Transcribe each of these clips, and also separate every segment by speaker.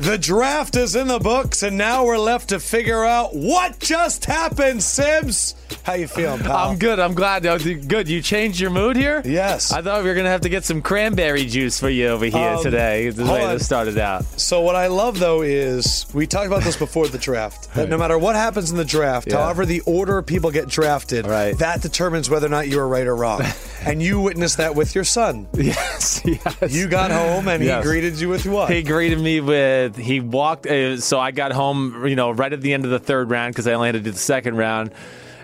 Speaker 1: The draft is in the books, and now we're left to figure out what just happened. Sibs, how you feeling, pal?
Speaker 2: I'm good. I'm glad. uh, Good. You changed your mood here?
Speaker 1: Yes.
Speaker 2: I thought we were going to have to get some cranberry juice for you over here
Speaker 1: Um,
Speaker 2: today. The
Speaker 1: hold
Speaker 2: way
Speaker 1: on.
Speaker 2: this started out.
Speaker 1: so what I love though is we talked about this before the draft. That no matter what happens in the draft,
Speaker 2: Yeah.
Speaker 1: however the order people get drafted,
Speaker 2: Right.
Speaker 1: that determines whether or not you are right or wrong. and you witnessed that with your son.
Speaker 2: Yes. Yes.
Speaker 1: You got home and
Speaker 2: Yes.
Speaker 1: he greeted you with what?
Speaker 2: He greeted me with he walked. Uh, so I got home, you know, right at the end of the third round because I only had to do the second round,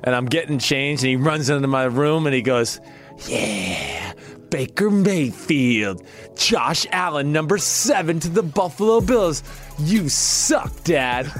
Speaker 2: and I'm getting changed, and he runs into my room and he goes, "Yeah, Baker Mayfield, Josh Allen, number seven to the Buffalo Bills. You suck, Dad."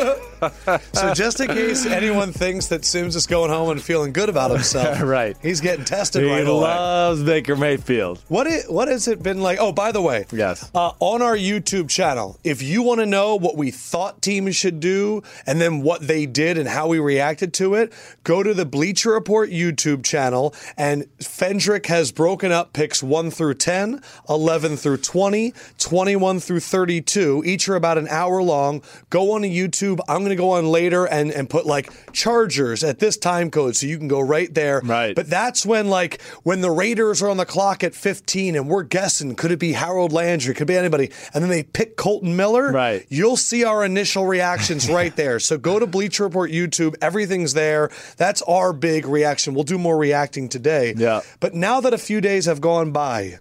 Speaker 1: So just in case anyone thinks that Sims is going home and feeling good about himself,
Speaker 2: Right.
Speaker 1: He's getting tested
Speaker 2: he
Speaker 1: right away.
Speaker 2: loves Baker Mayfield.
Speaker 1: What it, what has it been like? Oh, by the way,
Speaker 2: Yes.
Speaker 1: uh, on our YouTube channel, if you want to know what we thought teams should do and then what they did and how we reacted to it, go to the Bleacher Report YouTube channel and Fendrick has broken up picks 1 through 10, 11 through 20, 21 through 32. Each are about an hour long. Go on to YouTube. I'm going to go on later and, and put like Chargers at this time code so you can go right there.
Speaker 2: Right.
Speaker 1: But that's when like when the Raiders are on the clock at 15 and we're guessing could it be Harold Landry could be anybody and then they pick Colton Miller
Speaker 2: Right.
Speaker 1: you'll see our initial reactions right there so go to Bleacher Report YouTube everything's there that's our big reaction we'll do more reacting today
Speaker 2: Yeah.
Speaker 1: but now that a few days have gone by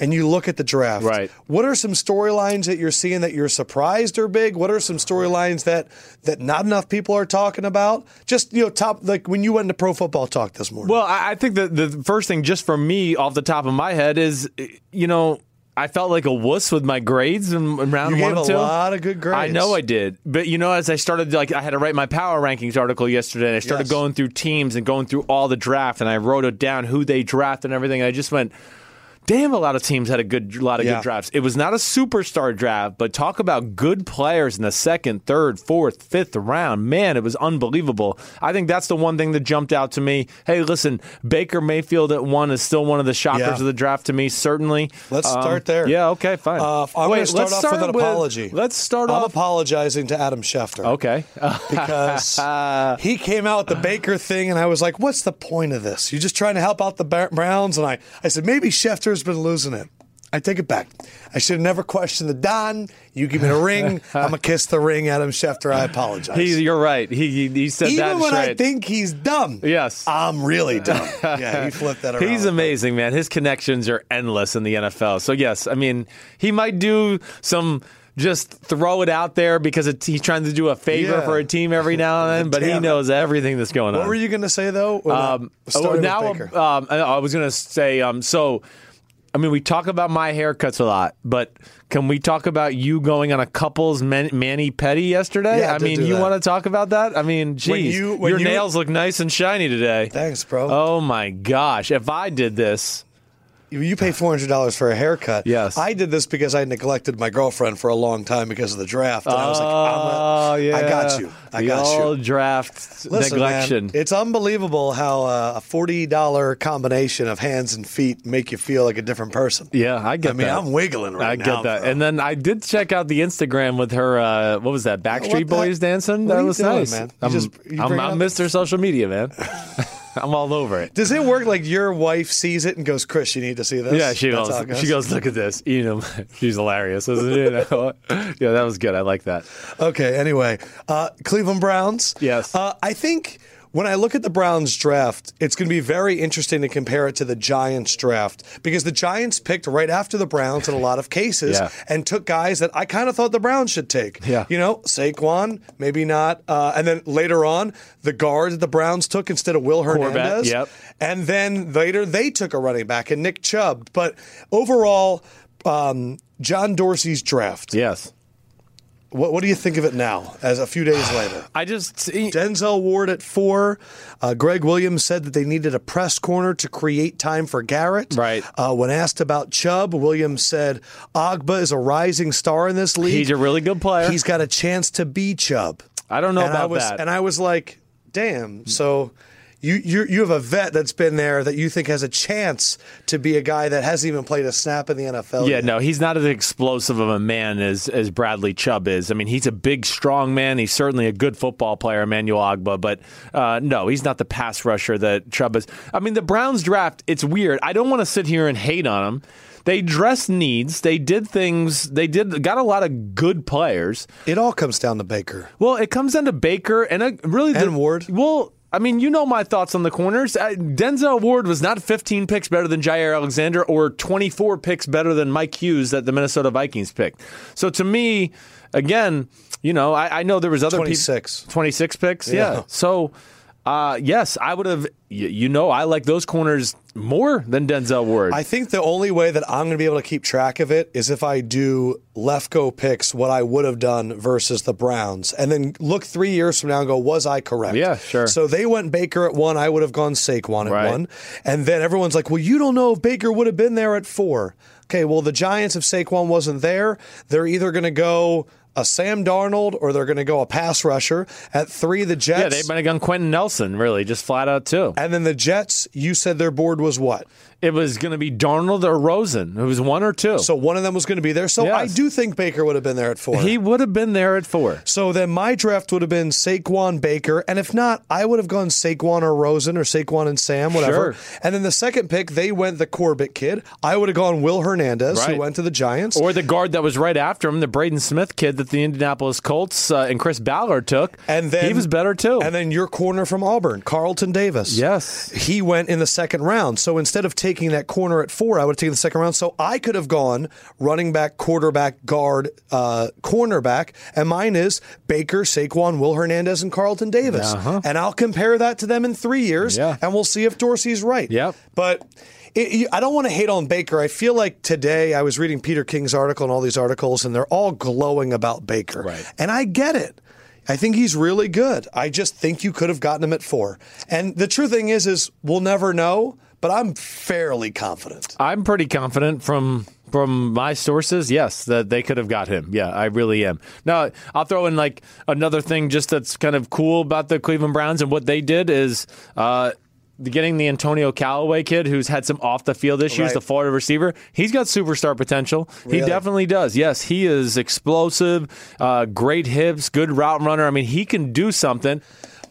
Speaker 1: and you look at the draft
Speaker 2: Right.
Speaker 1: what are some storylines that you're seeing that you're surprised are big? What are some storylines that that not enough people are talking about? Just you know, top like when you went into Pro Football Talk this morning.
Speaker 2: Well, I, I think that the first thing, just for me, off the top of my head, is you know. I felt like a wuss with my grades in, in round
Speaker 1: You
Speaker 2: one
Speaker 1: gave
Speaker 2: and
Speaker 1: a
Speaker 2: two.
Speaker 1: lot of good grades.
Speaker 2: I know I did, but you know, as I started, like I had to write my power rankings article yesterday, and I started
Speaker 1: Yes.
Speaker 2: going through teams and going through all the draft, and I wrote it down who they draft and everything. And I just went, damn, a lot of teams had a good, lot of
Speaker 1: Yeah.
Speaker 2: good drafts. It was not a superstar draft, but talk about good players in the second, third, fourth, fifth round. Man, it was unbelievable. I think that's the one thing that jumped out to me. Hey, listen, Baker Mayfield at one is still one of the shockers
Speaker 1: Yeah.
Speaker 2: of the draft to me. Certainly,
Speaker 1: Let's
Speaker 2: Um,
Speaker 1: start there.
Speaker 2: Yeah, okay, fine.
Speaker 1: Uh, I'm
Speaker 2: Wait,
Speaker 1: going to start
Speaker 2: let's
Speaker 1: off with an apology.
Speaker 2: Let's start
Speaker 1: I'm
Speaker 2: off.
Speaker 1: apologizing to Adam Schefter
Speaker 2: Okay.
Speaker 1: because he came out with the Baker thing, and I was like, "What's the point of this? You're just trying to help out the Bar- Browns." And I, I said, maybe Schefter's been losing it. I take it back. I should have never questioned the Don. You give me the ring. I'm gonna kiss the ring, Adam Schefter. I apologize.
Speaker 2: He, you're right. He he, he said
Speaker 1: Even
Speaker 2: that
Speaker 1: when
Speaker 2: straight.
Speaker 1: I think he's dumb,
Speaker 2: Yes.
Speaker 1: I'm really dumb. yeah, he flipped that around.
Speaker 2: He's amazing, man. His connections are endless in the NFL. So yes, I mean, he might do some just throw it out there because it, he's trying to do a favor
Speaker 1: Yeah.
Speaker 2: for a team every now and then, but he
Speaker 1: Damn it.
Speaker 2: knows everything that's going
Speaker 1: What
Speaker 2: on.
Speaker 1: were you going to say though? Or not?
Speaker 2: Um,
Speaker 1: Started
Speaker 2: oh,
Speaker 1: with
Speaker 2: now,
Speaker 1: Baker.
Speaker 2: um, I I was gonna say. Um, so, I mean, we talk about my haircuts a lot, but can we talk about you going on a couple's man- mani petty yesterday?
Speaker 1: Yeah, I
Speaker 2: I
Speaker 1: did
Speaker 2: mean,
Speaker 1: do
Speaker 2: you
Speaker 1: that.
Speaker 2: want to talk about that? I mean, geez,
Speaker 1: you- when
Speaker 2: your
Speaker 1: you-
Speaker 2: nails look nice and shiny today.
Speaker 1: Thanks, bro.
Speaker 2: Oh my gosh! If I did this,
Speaker 1: You- You pay four hundred dollars for a haircut.
Speaker 2: Yes.
Speaker 1: I did this because I neglected my girlfriend for a long time because of the draft. And I was like,
Speaker 2: oh
Speaker 1: I'm
Speaker 2: yeah,
Speaker 1: gonna- I got you. I
Speaker 2: the
Speaker 1: got you.
Speaker 2: old draft
Speaker 1: Listen, man,
Speaker 2: neglection.
Speaker 1: it's unbelievable how uh, a forty dollar combination of hands and feet make you feel like a different person.
Speaker 2: yeah, I get
Speaker 1: I mean,
Speaker 2: that.
Speaker 1: I'm wiggling right
Speaker 2: I
Speaker 1: now.
Speaker 2: get that.
Speaker 1: bro.
Speaker 2: And then I did check out the Instagram with her. Uh, what was that? Backstreet
Speaker 1: What the-
Speaker 2: Boys dancing.
Speaker 1: what are
Speaker 2: That
Speaker 1: you
Speaker 2: was
Speaker 1: doing,
Speaker 2: nice.
Speaker 1: man? You
Speaker 2: I'm,
Speaker 1: just- you
Speaker 2: I'm,
Speaker 1: bring
Speaker 2: I'm
Speaker 1: up-
Speaker 2: Mr. Social Media, man. I'm all over it.
Speaker 1: Does it work like your wife sees it and goes, "Chris, you need to see this"?
Speaker 2: Yeah, she
Speaker 1: That's how it
Speaker 2: goes. She goes. Look at this. You know, she's hilarious, isn't it? You know? yeah, that was good. I like that.
Speaker 1: Okay. Anyway, uh, Cleveland Browns.
Speaker 2: Yes.
Speaker 1: Uh, I think when I look at the Browns draft, it's going to be very interesting to compare it to the Giants draft because the Giants picked right after the Browns in a lot of cases
Speaker 2: Yeah.
Speaker 1: and took guys that I kind of thought the Browns should take.
Speaker 2: Yeah.
Speaker 1: You know, Saquon, maybe not. Uh, and then later on, the guard that the Browns took instead of Will
Speaker 2: Corvette,
Speaker 1: Hernandez.
Speaker 2: yep.
Speaker 1: And then later they took a running back and Nick Chubb. But overall, um, John Dorsey's draft
Speaker 2: Yes.
Speaker 1: What, what do you think of it now, as a few days later?
Speaker 2: I just
Speaker 1: Denzel Ward at four. Uh, Greg Williams said that they needed a press corner to create time for Garrett.
Speaker 2: Right.
Speaker 1: Uh, when asked about Chubb, Williams said, Ogba is a rising star in this league.
Speaker 2: he's a really good player.
Speaker 1: He's got a chance to be Chubb.
Speaker 2: I don't know
Speaker 1: and I
Speaker 2: about
Speaker 1: was,
Speaker 2: that.
Speaker 1: And I was like, damn. So you, you you have a vet that's been there that you think has a chance to be a guy that hasn't even played a snap in the NFL.
Speaker 2: yeah,
Speaker 1: yet.
Speaker 2: no, he's not as explosive of a man as as Bradley Chubb is. I mean, he's a big, strong man. He's certainly a good football player, Emmanuel Ogba, but uh, no, he's not the pass rusher that Chubb is. I mean, the Browns draft, it's weird. I don't want to sit here and hate on them. They dressed needs. They did things. They did got a lot of good players.
Speaker 1: It all comes down to Baker.
Speaker 2: Well, it comes down to Baker and uh really the-
Speaker 1: And Ward.
Speaker 2: Well, I mean, you know my thoughts on the corners. Uh, Denzel Ward was not 15 picks better than Jair Alexander or 24 picks better than Mike Hughes that the Minnesota Vikings picked. So to me, again, you know, I, I know there was other people-
Speaker 1: 26.
Speaker 2: 26 picks. Yeah.
Speaker 1: Yeah.
Speaker 2: So. Uh, yes, I would have. y- You know, I like those corners more than Denzel Ward.
Speaker 1: I think the only way that I'm going to be able to keep track of it is if I do Lefko picks what I would have done versus the Browns, and then look three years from now and go, was I correct?
Speaker 2: Yeah, sure.
Speaker 1: So they went Baker at one, I would have gone Saquon at
Speaker 2: Right.
Speaker 1: one, and then everyone's like, well, you don't know if Baker would have been there at four. Okay, well, the Giants, if Saquon wasn't there, they're either going to go. A Sam Darnold, or they're going to go a pass rusher at three. The Jets,
Speaker 2: yeah, they might have gone Quentin Nelson, really, just flat out too.
Speaker 1: and then the Jets. You said their board was what?
Speaker 2: It was going to be Darnold or Rosen. It was one or two.
Speaker 1: So one of them was going to be there. So I
Speaker 2: Yes.
Speaker 1: do think Baker would have been there at four.
Speaker 2: He would have been there at four.
Speaker 1: so then my draft would have been Saquon Baker, and if not, I would have gone Saquon or Rosen or Saquon and Sam, whatever.
Speaker 2: Sure.
Speaker 1: And then the second pick, they went the Corbett kid. I would have gone Will Hernandez, who
Speaker 2: Right.
Speaker 1: went to the Giants.
Speaker 2: Or the guard that was right after him, the Braden Smith kid that the Indianapolis Colts uh, and Chris Ballard took.
Speaker 1: and then
Speaker 2: he was better too.
Speaker 1: And then your corner from Auburn, Carlton Davis.
Speaker 2: yes.
Speaker 1: he went in the second round. So instead of taking that corner at four, I would have taken the second round. So I could have gone running back, quarterback, guard, uh, cornerback, and mine is Baker, Saquon, Will Hernandez, and Carlton Davis. And I'll compare that to them in three years,
Speaker 2: Uh-huh. Yeah.
Speaker 1: and we'll see if Dorsey's right.
Speaker 2: Yep.
Speaker 1: But it, you- I don't want to hate on Baker. I feel like today I was reading Peter King's article and all these articles, and they're all glowing about Baker.
Speaker 2: Right.
Speaker 1: And I get it. I think he's really good. I just think you could have gotten him at four. And the true thing is, is we'll never know. But I'm fairly confident.
Speaker 2: I'm pretty confident from from my sources, yes, that they could have got him. Yeah, I really am. Now, I'll throw in like another thing just that's kind of cool about the Cleveland Browns and what they did is uh Getting the Antonio Callaway kid, who's had some off the field issues,
Speaker 1: Right.
Speaker 2: the Florida receiver, he's got superstar potential. He
Speaker 1: Really?
Speaker 2: definitely does. Yes, he is explosive, uh, great hips, good route runner. I mean, he can do something.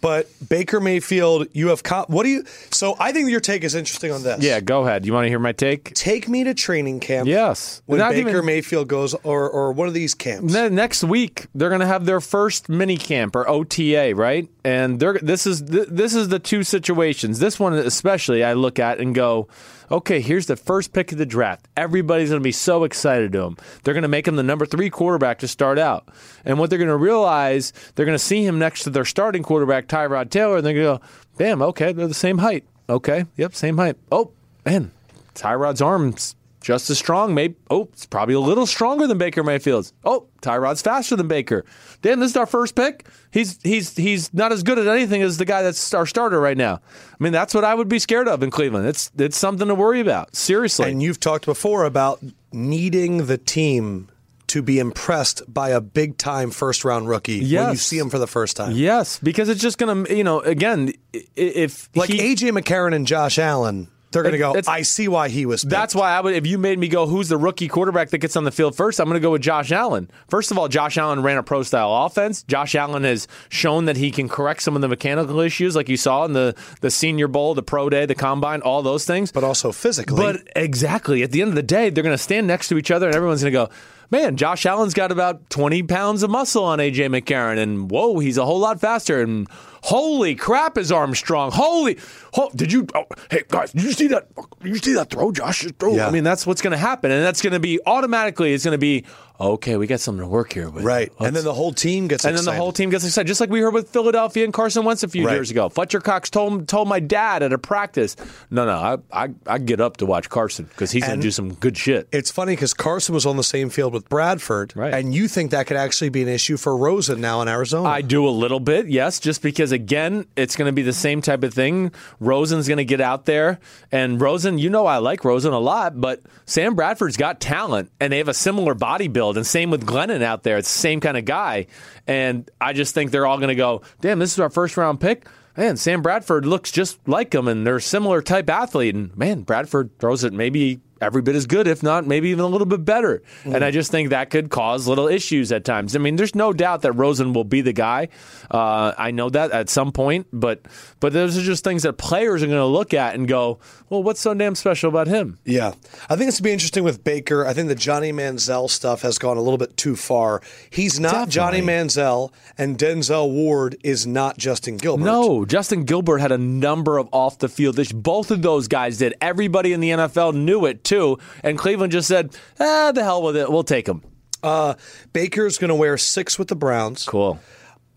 Speaker 1: But Baker Mayfield, you have co- what do you? So I think your take is interesting on this.
Speaker 2: Yeah, go ahead. You want to hear my take?
Speaker 1: Take me to training camp.
Speaker 2: Yes.
Speaker 1: When
Speaker 2: Not
Speaker 1: Baker
Speaker 2: even-
Speaker 1: Mayfield goes, or or one of these camps.
Speaker 2: Ne- next week they're going to have their first mini camp or OTA, right? And they're this is th- this is the two situations. This one especially I look at and go, okay, here's the first pick of the draft. Everybody's going to be so excited to him. They're going to make him the number 3 quarterback to start out. And what they're going to realize, they're going to see him next to their starting quarterback Tyrod Taylor and they're going to go, "Damn, okay, they're the same height." Okay. Yep, same height. Oh, man. Tyrod's arms just as strong. Maybe oh, it's probably a little stronger than Baker Mayfield's. Oh, Tyrod's faster than Baker. Damn, this is our first pick. He's he's he's not as good at anything as the guy that's our starter right now. I mean, that's what I would be scared of in Cleveland. It's it's something to worry about. Seriously.
Speaker 1: And you've talked before about needing the team to be impressed by a big time first round rookie when you
Speaker 2: Yes.
Speaker 1: see him for the first time.
Speaker 2: yes, because it's just gonna you know again i- i- if
Speaker 1: Like
Speaker 2: he-
Speaker 1: AJ McCarron and Josh Allen, they're going to go,
Speaker 2: It's-
Speaker 1: I see why he was picked.
Speaker 2: That's why I would. If you made me go, who's the rookie quarterback that gets on the field first? I'm going to go with Josh Allen. First of all, Josh Allen ran a pro style offense. Josh Allen has shown that he can correct some of the mechanical issues, like you saw in the the Senior Bowl, the Pro Day, the Combine, all those things.
Speaker 1: but also physically.
Speaker 2: But exactly. At the end of the day, they're going to stand next to each other and everyone's going to go, man, Josh Allen's got about 20 pounds of muscle on AJ McCarron. And whoa, he's a whole lot faster. And holy crap, his arm's strong. Holy. Ho- did you. Oh, hey, guys, did you see that? You see that throw, Josh? Throw.
Speaker 1: Yeah.
Speaker 2: I mean, that's what's going to happen. And that's going to be automatically, it's going to be, okay, we got something to work here with.
Speaker 1: Right.
Speaker 2: Let's-
Speaker 1: and then the whole team gets
Speaker 2: and then
Speaker 1: excited.
Speaker 2: the whole team gets excited, just like we heard with Philadelphia and Carson Wentz a few
Speaker 1: Right.
Speaker 2: years ago. Fletcher Cox told told my dad at a practice, "No, no, I I, I get up to watch Carson because he's going
Speaker 1: And-
Speaker 2: to do some good shit."
Speaker 1: It's funny because Carson was on the same field with Bradford,
Speaker 2: Right.
Speaker 1: and you think that could actually be an issue for Rosen now in Arizona.
Speaker 2: I do a little bit, yes, just because again, it's going to be the same type of thing. Rosen's going to get out there, and Rosen, you know, I like Rosen a lot, but Sam Bradford's got talent, and they have a similar body build, and same with Glennon out there. It's the same kind of guy, and I just think they're all going to go, damn, this is our first round pick. Man, Sam Bradford looks just like him, and they're a similar type athlete. And man, Bradford throws it maybe every bit as good, if not maybe even a little bit better. And I just think that could cause little issues at times. I mean, there's no doubt that Rosen will be the guy. Uh, I know that at some point, but but those are just things that players are going to look at and go, well, what's so damn special about him?
Speaker 1: Yeah. I think it's going to be interesting with Baker. I think the Johnny Manziel stuff has gone a little bit too far. He's not Johnny Manziel, and Denzel Ward is not Justin Gilbert.
Speaker 2: No, Justin Gilbert had a number of off the field issues. Both of those guys did. Everybody in the NFL knew it too, and Cleveland just said, ah, the hell with it, we'll take him.
Speaker 1: Uh, Baker's going to wear six with the Browns.
Speaker 2: Cool,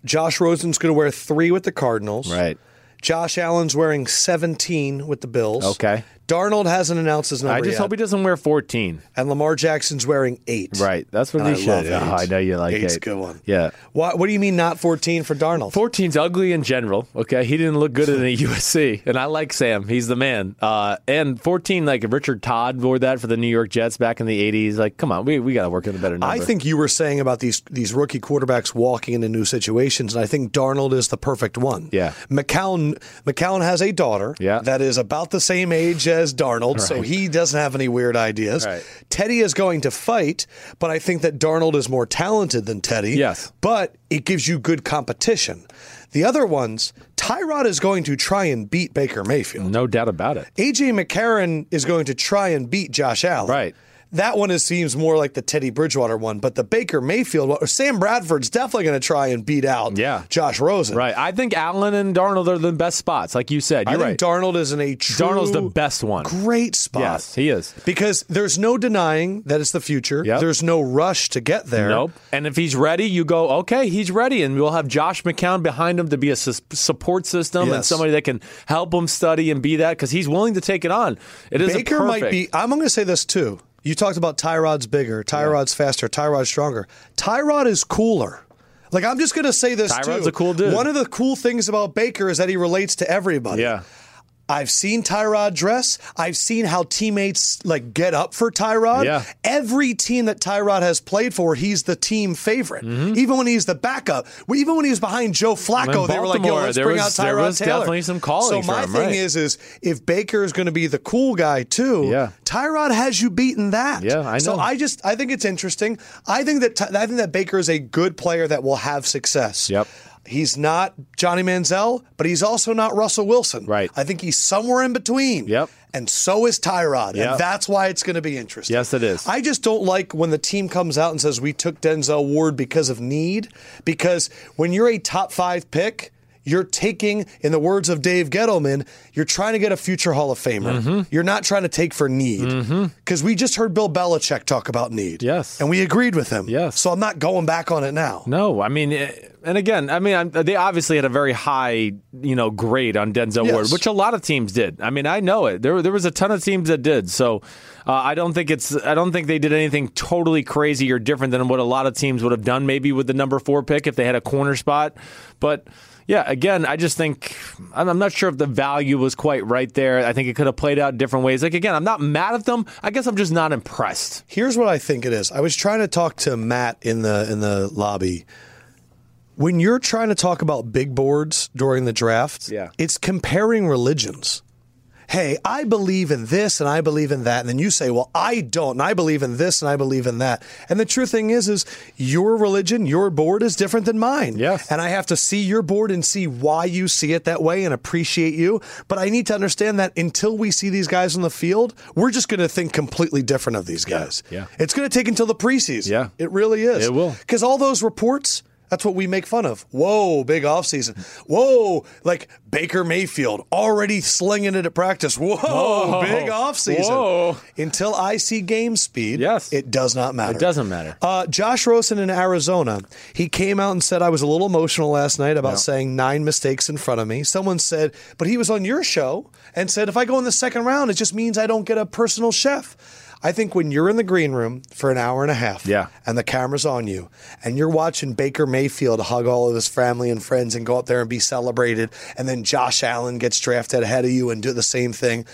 Speaker 1: Josh Rosen's going to wear three with the Cardinals.
Speaker 2: right?
Speaker 1: Josh Allen's wearing 17 with the Bills.
Speaker 2: Okay.
Speaker 1: Darnold hasn't announced his number
Speaker 2: I just
Speaker 1: yet.
Speaker 2: hope he doesn't wear 14.
Speaker 1: and Lamar Jackson's wearing eight.
Speaker 2: Right. That's what
Speaker 1: And
Speaker 2: he
Speaker 1: I
Speaker 2: should.
Speaker 1: love eight.
Speaker 2: Oh, I know you like
Speaker 1: Eight's
Speaker 2: eight.
Speaker 1: a good one.
Speaker 2: Yeah.
Speaker 1: What, what do you mean not 14 for Darnold?
Speaker 2: 14's ugly in general. Okay, he didn't look good in the USC, and I like Sam. He's the man. Uh, and 14, like Richard Todd wore that for the New York Jets back in the 80s. Like, come on, we, we got to work in a better number.
Speaker 1: I think you were saying about these these rookie quarterbacks walking into new situations, and I think Darnold is the perfect one.
Speaker 2: Yeah.
Speaker 1: McCown McCown has a daughter
Speaker 2: Yeah.
Speaker 1: that is about the same age as Darnold, so he doesn't have any weird ideas.
Speaker 2: Right.
Speaker 1: Teddy is going to fight, but I think that Darnold is more talented than Teddy.
Speaker 2: Yes.
Speaker 1: But it gives you good competition. The other ones, Tyrod is going to try and beat Baker Mayfield.
Speaker 2: no doubt about it.
Speaker 1: AJ McCarron is going to try and beat Josh Allen.
Speaker 2: Right.
Speaker 1: That one is, seems more like the Teddy Bridgewater one, but the Baker Mayfield one, Sam Bradford's definitely going to try and beat out
Speaker 2: Yeah.
Speaker 1: Josh Rosen.
Speaker 2: Right. I think Allen and Darnold are the best spots, like you said.
Speaker 1: I
Speaker 2: You're
Speaker 1: think
Speaker 2: right.
Speaker 1: Darnold is in a true
Speaker 2: Darnold's the best one.
Speaker 1: great spot.
Speaker 2: Yes, he is.
Speaker 1: Because there's no denying that it's the future.
Speaker 2: Yep.
Speaker 1: There's no rush to get there.
Speaker 2: Nope. And if he's ready, you go, okay, he's ready. And we'll have Josh McCown behind him to be a sus- support system and
Speaker 1: Yes.
Speaker 2: somebody that can help him study and be that because he's willing to take it on. It is a
Speaker 1: Baker might
Speaker 2: perfect-
Speaker 1: be. I'm going to say this too. You talked about Tyrod's bigger, Tyrod's faster, Tyrod's stronger. Tyrod is cooler. Like I'm just going to say this too.
Speaker 2: Tyrod's a cool dude.
Speaker 1: One of the cool things about Baker is that he relates to everybody.
Speaker 2: Yeah.
Speaker 1: I've seen Tyrod dress. I've seen how teammates like get up for Tyrod.
Speaker 2: Yeah.
Speaker 1: Every team that Tyrod has played for, he's the team favorite.
Speaker 2: Mm-hmm.
Speaker 1: Even when he's the backup, even when he was behind Joe Flacco,
Speaker 2: In
Speaker 1: they were like, "Yo,
Speaker 2: Baltimore,
Speaker 1: let's
Speaker 2: there
Speaker 1: bring
Speaker 2: was-
Speaker 1: out
Speaker 2: there
Speaker 1: Tyrod
Speaker 2: was
Speaker 1: Taylor."
Speaker 2: definitely some
Speaker 1: So
Speaker 2: calling for
Speaker 1: my
Speaker 2: him,
Speaker 1: thing
Speaker 2: right.
Speaker 1: is is if Baker is going to be the cool guy too,
Speaker 2: Yeah.
Speaker 1: Tyrod has you beaten that.
Speaker 2: Yeah, I
Speaker 1: So
Speaker 2: know.
Speaker 1: I just I think it's interesting. I think that Ty- I think that Baker is a good player that will have success.
Speaker 2: Yep.
Speaker 1: He's not Johnny Manziel, but he's also not Russell Wilson.
Speaker 2: Right.
Speaker 1: I think he's somewhere in between.
Speaker 2: Yep.
Speaker 1: And so is Tyrod.
Speaker 2: Yep.
Speaker 1: And that's why it's going to be interesting.
Speaker 2: Yes, it is.
Speaker 1: I just don't like when the team comes out and says we took Denzel Ward because of need, because when you're a top five pick, you're taking, in the words of Dave Gettleman, you're trying to get a future Hall of Famer.
Speaker 2: Mm-hmm.
Speaker 1: You're not trying to take for need. Because we just heard Bill Belichick talk about need.
Speaker 2: Yes.
Speaker 1: And we agreed with him.
Speaker 2: Yes.
Speaker 1: So I'm not going back on it now.
Speaker 2: No, I mean, eh, and again, I mean, I'm- they obviously had a very high, you know, grade on Denzel
Speaker 1: Yes.
Speaker 2: Ward, which a lot of teams did. I mean, I know it. There, there was a ton of teams that did. So, uh, I don't think it's, I don't think they did anything totally crazy or different than what a lot of teams would have done, maybe with the number four pick if they had a corner spot. But yeah, again, I just think I'm, I'm not sure if the value was quite right there. I think it could have played out different ways. Like again, I'm not mad at them. I guess I'm just not impressed.
Speaker 1: Here's what I think it is. I was trying to talk to Matt in the in the lobby. When you're trying to talk about big boards during the draft,
Speaker 2: Yeah.
Speaker 1: it's comparing religions. Hey, I believe in this and I believe in that, and then you say, "Well, I don't, and I believe in this and I believe in that." And the true thing is, is your religion, your board is different than mine.
Speaker 2: Yes.
Speaker 1: and I have to see your board and see why you see it that way and appreciate you. But I need to understand that until we see these guys on the field, we're just going to think completely different of these guys.
Speaker 2: Yeah.
Speaker 1: It's going to take until the preseason.
Speaker 2: Yeah.
Speaker 1: It really is.
Speaker 2: It will.
Speaker 1: Because all those reports, That's what we make fun of. Whoa, big offseason. Whoa, like Baker Mayfield already slinging it at practice. Whoa,
Speaker 2: Whoa.
Speaker 1: big offseason.
Speaker 2: Whoa.
Speaker 1: Until I see game speed,
Speaker 2: Yes.
Speaker 1: it does not matter.
Speaker 2: It doesn't matter.
Speaker 1: Uh, Josh Rosen in Arizona, he came out and said, I was a little emotional last night about saying nine mistakes in front of me. Someone said, but he was on your show and said, if I go in the second round, it just means I don't get a personal chef. I think when you're in the green room for an hour and a half
Speaker 2: Yeah.
Speaker 1: and the camera's on you and you're watching Baker Mayfield hug all of his family and friends and go up there and be celebrated, and then Josh Allen gets drafted ahead of you and do the same thing.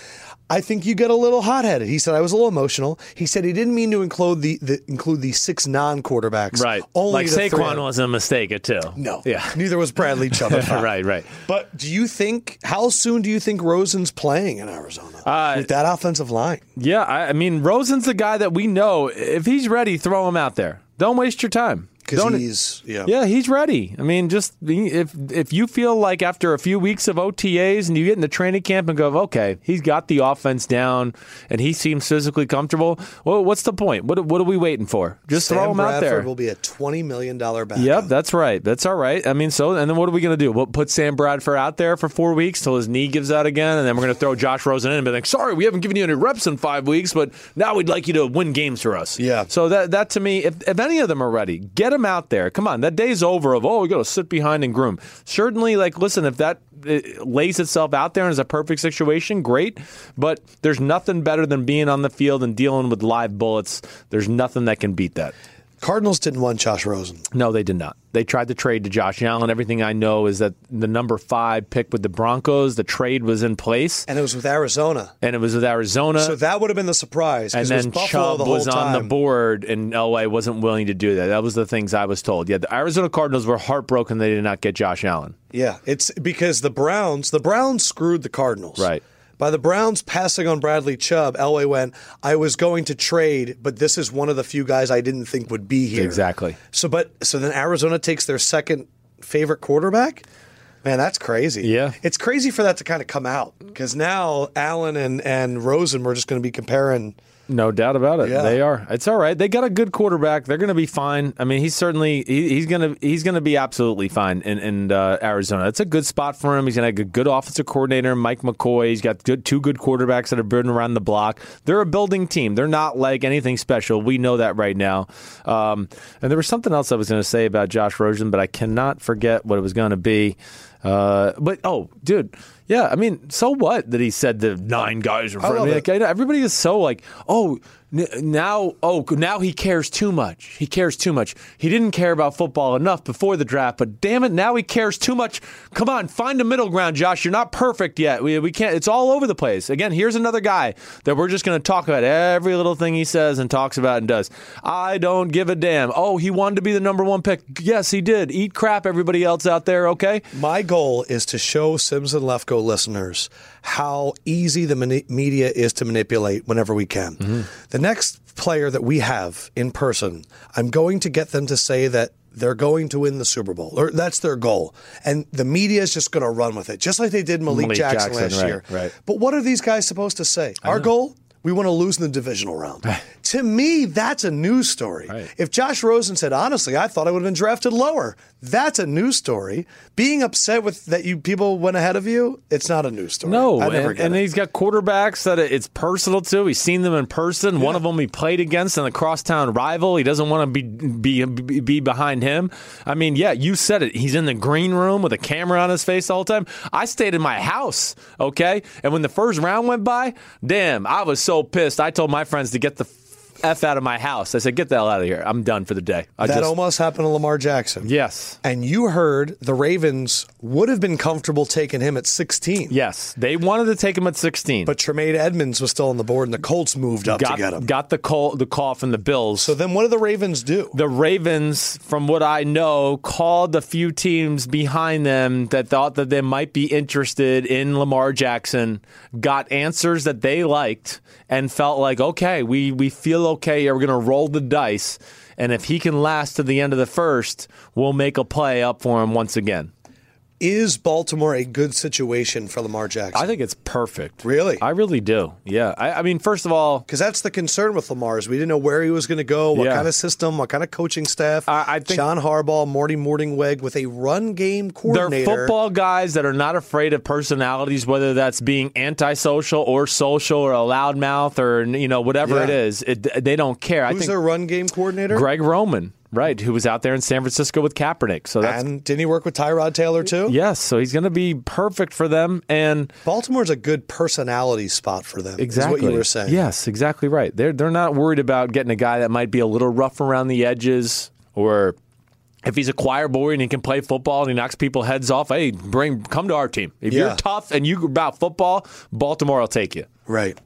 Speaker 1: I think you get a little hot-headed. He said I was a little emotional. He said he didn't mean to include the, the include the six non-quarterbacks.
Speaker 2: Right.
Speaker 1: Only
Speaker 2: like
Speaker 1: the three.
Speaker 2: Saquon was a mistake or two.
Speaker 1: No.
Speaker 2: Yeah.
Speaker 1: Neither was Bradley Chubb. at five.
Speaker 2: right, right.
Speaker 1: But do you think how soon do you think Rosen's playing in Arizona
Speaker 2: Uh,
Speaker 1: with that offensive line?
Speaker 2: Yeah, I, I mean Rosen's the guy that we know. If he's ready, throw him out there. Don't waste your time.
Speaker 1: Because
Speaker 2: Don't-
Speaker 1: he's yeah.
Speaker 2: Yeah, he's ready. I mean, just if if you feel like after a few weeks of OTAs and you get in the training camp and go, okay, he's got the offense down and he seems physically comfortable. Well, what's the point? What what are we waiting for? Just
Speaker 1: Sam
Speaker 2: throw him
Speaker 1: Bradford
Speaker 2: out there.
Speaker 1: will be a twenty million dollar back.
Speaker 2: Yep, that's right. That's all right. I mean, so and then what are we going to do? We'll put Sam Bradford out there for four weeks till his knee gives out again, and then we're going to throw Josh Rosen in and be like, "Sorry, we haven't given you any reps in five weeks, but now we'd like you to win games for us."
Speaker 1: Yeah.
Speaker 2: So that that to me, if if any of them are ready, get them out there. Come on, that day's over. Of oh, we got to sit behind and groom. Certainly, like listen, if that uh, lays itself out there and is a perfect situation, great. But there's nothing better than being on the field and dealing with live bullets. There's nothing that can beat that.
Speaker 1: Cardinals didn't want Josh Rosen.
Speaker 2: No, they did not. They tried to trade to Josh Allen. Everything I know is that the number five pick with the Broncos, the trade was in place,
Speaker 1: and it was with Arizona.
Speaker 2: and it was with Arizona.
Speaker 1: So that would have been the surprise. 'cause
Speaker 2: and
Speaker 1: it was
Speaker 2: then
Speaker 1: Buffalo
Speaker 2: Chubb
Speaker 1: the whole
Speaker 2: was on the
Speaker 1: time.
Speaker 2: board, and LA wasn't willing to do that. That was the things I was told. Yeah, the Arizona Cardinals were heartbroken they did not get Josh Allen.
Speaker 1: Yeah, it's because the Browns, the Browns screwed the Cardinals.
Speaker 2: Right.
Speaker 1: By the Browns passing on Bradley Chubb, Elway went, I was going to trade, but this is one of the few guys I didn't think would be here.
Speaker 2: Exactly.
Speaker 1: So but so then Arizona takes their second favorite quarterback? Man, that's crazy.
Speaker 2: Yeah.
Speaker 1: It's crazy for that to kind of come out because now Allen and, and Rosen were just going to be comparing.
Speaker 2: No doubt about it.
Speaker 1: Yeah.
Speaker 2: They are. It's all right. They got a good quarterback. They're going to be fine. I mean, he's certainly he, he's going to he's going to be absolutely fine in in uh, Arizona. It's a good spot for him. He's going to have a good offensive coordinator, Mike McCoy. He's got good two good quarterbacks that are building around the block. They're a building team. They're not like anything special. We know that right now. Um, and there was something else I was going to say about Josh Rosen, but I cannot forget what it was going to be. Uh, but oh, dude, yeah. I mean, so what that he said the nine guys are. I
Speaker 1: love
Speaker 2: mean,
Speaker 1: it.
Speaker 2: like, I know everybody is so like, oh, n- now, oh, now he cares too much. He cares too much. He didn't care about football enough before the draft, but damn it, now he cares too much. Come on, find a middle ground, Josh. You're not perfect yet. We, we can't. It's all over the place. Again, here's another guy that we're just going to talk about every little thing he says and talks about and does. I don't give a damn. Oh, he wanted to be the number one pick. Yes, he did. Eat crap, everybody else out there. Okay.
Speaker 1: My goal is to show Sims and Lefko listeners how easy the mani- media is to manipulate whenever we can.
Speaker 2: Mm-hmm.
Speaker 1: The next player that we have in person, I'm going to get them to say that they're going to win the Super Bowl, or that's their goal. And the media is just going to run with it, just like they did Malik,
Speaker 2: Malik
Speaker 1: Jackson,
Speaker 2: Jackson,
Speaker 1: last
Speaker 2: right,
Speaker 1: year.
Speaker 2: right.
Speaker 1: But what are these guys supposed to say? Our goal? We want to lose in the divisional round. to me, that's a news story.
Speaker 2: Right.
Speaker 1: If Josh Rosen said, honestly, I thought I would have been drafted lower, that's a news story. Being upset with that you people went ahead of you, it's not a news story.
Speaker 2: No,
Speaker 1: I never
Speaker 2: and,
Speaker 1: get
Speaker 2: and
Speaker 1: it.
Speaker 2: he's got quarterbacks that it's personal to. He's seen them in person. One of them he played against in the crosstown rival. He doesn't want to be, be be be behind him. I mean, yeah, you said it. He's in the green room with a camera on his face the whole time. I stayed in my house, okay. And when the first round went by, damn, I was so pissed. I told my friends to get the f out of my house. I said, get the hell out of here. I'm done for the day. I
Speaker 1: that
Speaker 2: just
Speaker 1: almost happened to Lamar Jackson.
Speaker 2: yes.
Speaker 1: And you heard the Ravens would have been comfortable taking him at 16.
Speaker 2: Yes, they wanted to take him at 16.
Speaker 1: But Tremaine Edmonds was still on the board, and the Colts moved up
Speaker 2: got,
Speaker 1: to get him.
Speaker 2: got the call the call from the Bills.
Speaker 1: so then what do the Ravens do?
Speaker 2: the Ravens, from what I know, called a few teams behind them that thought that they might be interested in Lamar Jackson, got answers that they liked, and felt like, okay, we, we feel okay here. We're going to roll the dice. And if he can last to the end of the first, we'll make a play up for him once again.
Speaker 1: is Baltimore a good situation for Lamar Jackson?
Speaker 2: I think it's perfect.
Speaker 1: Really?
Speaker 2: I really do. Yeah. I, I mean, first of all,
Speaker 1: Because that's the concern with Lamar is we didn't know where he was going to go, what
Speaker 2: Yeah.
Speaker 1: kind of system, what kind of coaching staff.
Speaker 2: I- I think-
Speaker 1: John Harbaugh, Morty Mortingweg with a run game
Speaker 2: they're
Speaker 1: coordinator.
Speaker 2: football guys that are not afraid of personalities, whether that's being antisocial or social or a loudmouth or you know whatever
Speaker 1: Yeah.
Speaker 2: it is. It, they don't care. I
Speaker 1: Who's
Speaker 2: think
Speaker 1: their run game coordinator?
Speaker 2: Greg Roman, right, who was out there in San Francisco with Kaepernick. So that's
Speaker 1: and didn't he work with Tyrod Taylor too?
Speaker 2: yes. So he's going to be perfect for them and.
Speaker 1: Baltimore's a good personality spot for them.
Speaker 2: Exactly.
Speaker 1: Is what you were saying.
Speaker 2: Yes, exactly right. They're they're not worried about getting a guy that might be a little rough around the edges or if he's a choir boy and he can play football and he knocks people heads off, hey, bring come to our team. If
Speaker 1: Yeah.
Speaker 2: you're tough and you about football, Baltimore will take you.
Speaker 1: Right.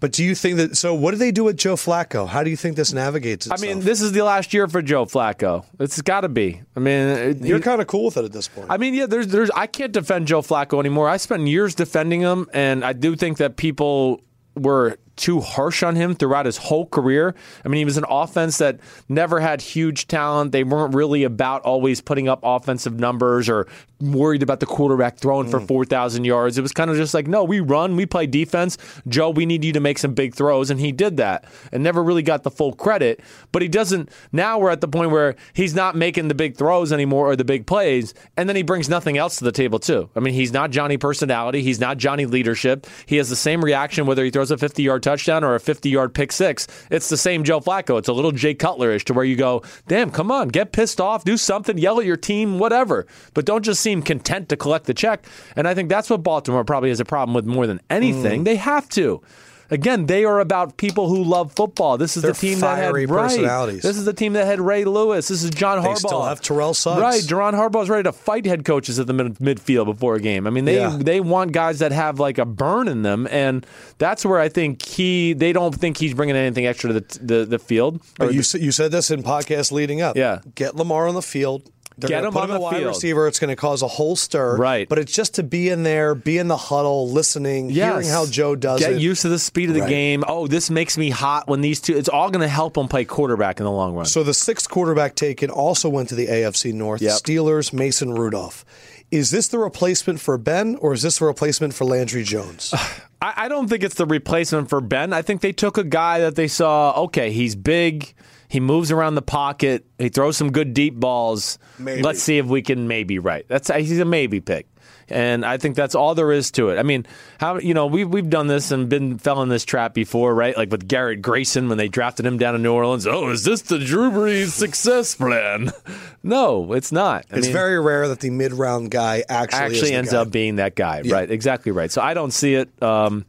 Speaker 1: But do you think that? So, what do they do with Joe Flacco? How do you think this navigates
Speaker 2: I
Speaker 1: itself?
Speaker 2: mean, this is the last year for Joe Flacco. It's got to be. I mean, it-
Speaker 1: you're kind of cool with it at this point.
Speaker 2: I mean, yeah, there's there's I can't defend Joe Flacco anymore. I spent years defending him, and I do think that people were too harsh on him throughout his whole career. I mean, he was an offense that never had huge talent. They weren't really about always putting up offensive numbers or worried about the quarterback throwing for 4,000 yards. It was kind of just like, no, we run, we play defense. Joe, we need you to make some big throws. And he did that and never really got the full credit. But he doesn't, now we're at the point where he's not making the big throws anymore or the big plays. And then he brings nothing else to the table, too. I mean, he's not Johnny personality. He's not Johnny leadership. He has the same reaction whether he throws a 50 yard touchdown or a 50 yard pick six. It's the same Joe Flacco. It's a little Jay Cutlerish to where you go, damn, come on, get pissed off, do something, yell at your team, whatever. But don't just seem content to collect the check. And I think that's what Baltimore probably has a problem with more than anything.
Speaker 1: Mm.
Speaker 2: They have to. Again, they are about people who love football. This is
Speaker 1: They're
Speaker 2: the team that had
Speaker 1: fiery
Speaker 2: right.
Speaker 1: personalities.
Speaker 2: This is the team that had Ray Lewis. This is John Harbaugh.
Speaker 1: still have Terrell Suggs.
Speaker 2: Right, Daron Harbaugh's ready to fight head coaches at the mid- midfield before a game. I mean, they
Speaker 1: Yeah.
Speaker 2: they want guys that have like a burn in them, and that's where I think he they don't think he's bringing anything extra to the the, the field. Or
Speaker 1: But you s- you said this in podcast leading up.
Speaker 2: Yeah.
Speaker 1: Get Lamar on the field. They're
Speaker 2: Get
Speaker 1: gonna
Speaker 2: him
Speaker 1: put
Speaker 2: on
Speaker 1: him a
Speaker 2: the
Speaker 1: wide
Speaker 2: field.
Speaker 1: receiver. It's going to cause a whole stir.
Speaker 2: Right.
Speaker 1: But it's just to be in there, be in the huddle, listening, hearing
Speaker 2: Yes.
Speaker 1: how Joe does
Speaker 2: Get
Speaker 1: it.
Speaker 2: used to the speed of the
Speaker 1: Right.
Speaker 2: game. Oh, this makes me hot when these two. It's all going to help him play quarterback in the long run.
Speaker 1: So the sixth quarterback taken also went to the AFC North.
Speaker 2: Yep.
Speaker 1: Steelers, Mason Rudolph. Is this the replacement for Ben or is this the replacement for Landry Jones?
Speaker 2: I, I don't think it's the replacement for Ben. I think they took a guy that they saw, okay, he's big. He moves around the pocket. He throws some good deep balls.
Speaker 1: Maybe.
Speaker 2: Let's see if we can maybe right. That's he's a maybe pick. And I think that's all there is to it. I mean, how you know, we've we've done this and been fell in this trap before, right? Like with Garrett Grayson when they drafted him down to New Orleans. Oh, is this the Drew Brees success plan? no, it's not. I
Speaker 1: it's
Speaker 2: mean-
Speaker 1: very rare that the mid-round guy actually, is
Speaker 2: actually
Speaker 1: the
Speaker 2: ends
Speaker 1: guy.
Speaker 2: up being that guy. Right. Exactly right. So I don't see it. Um,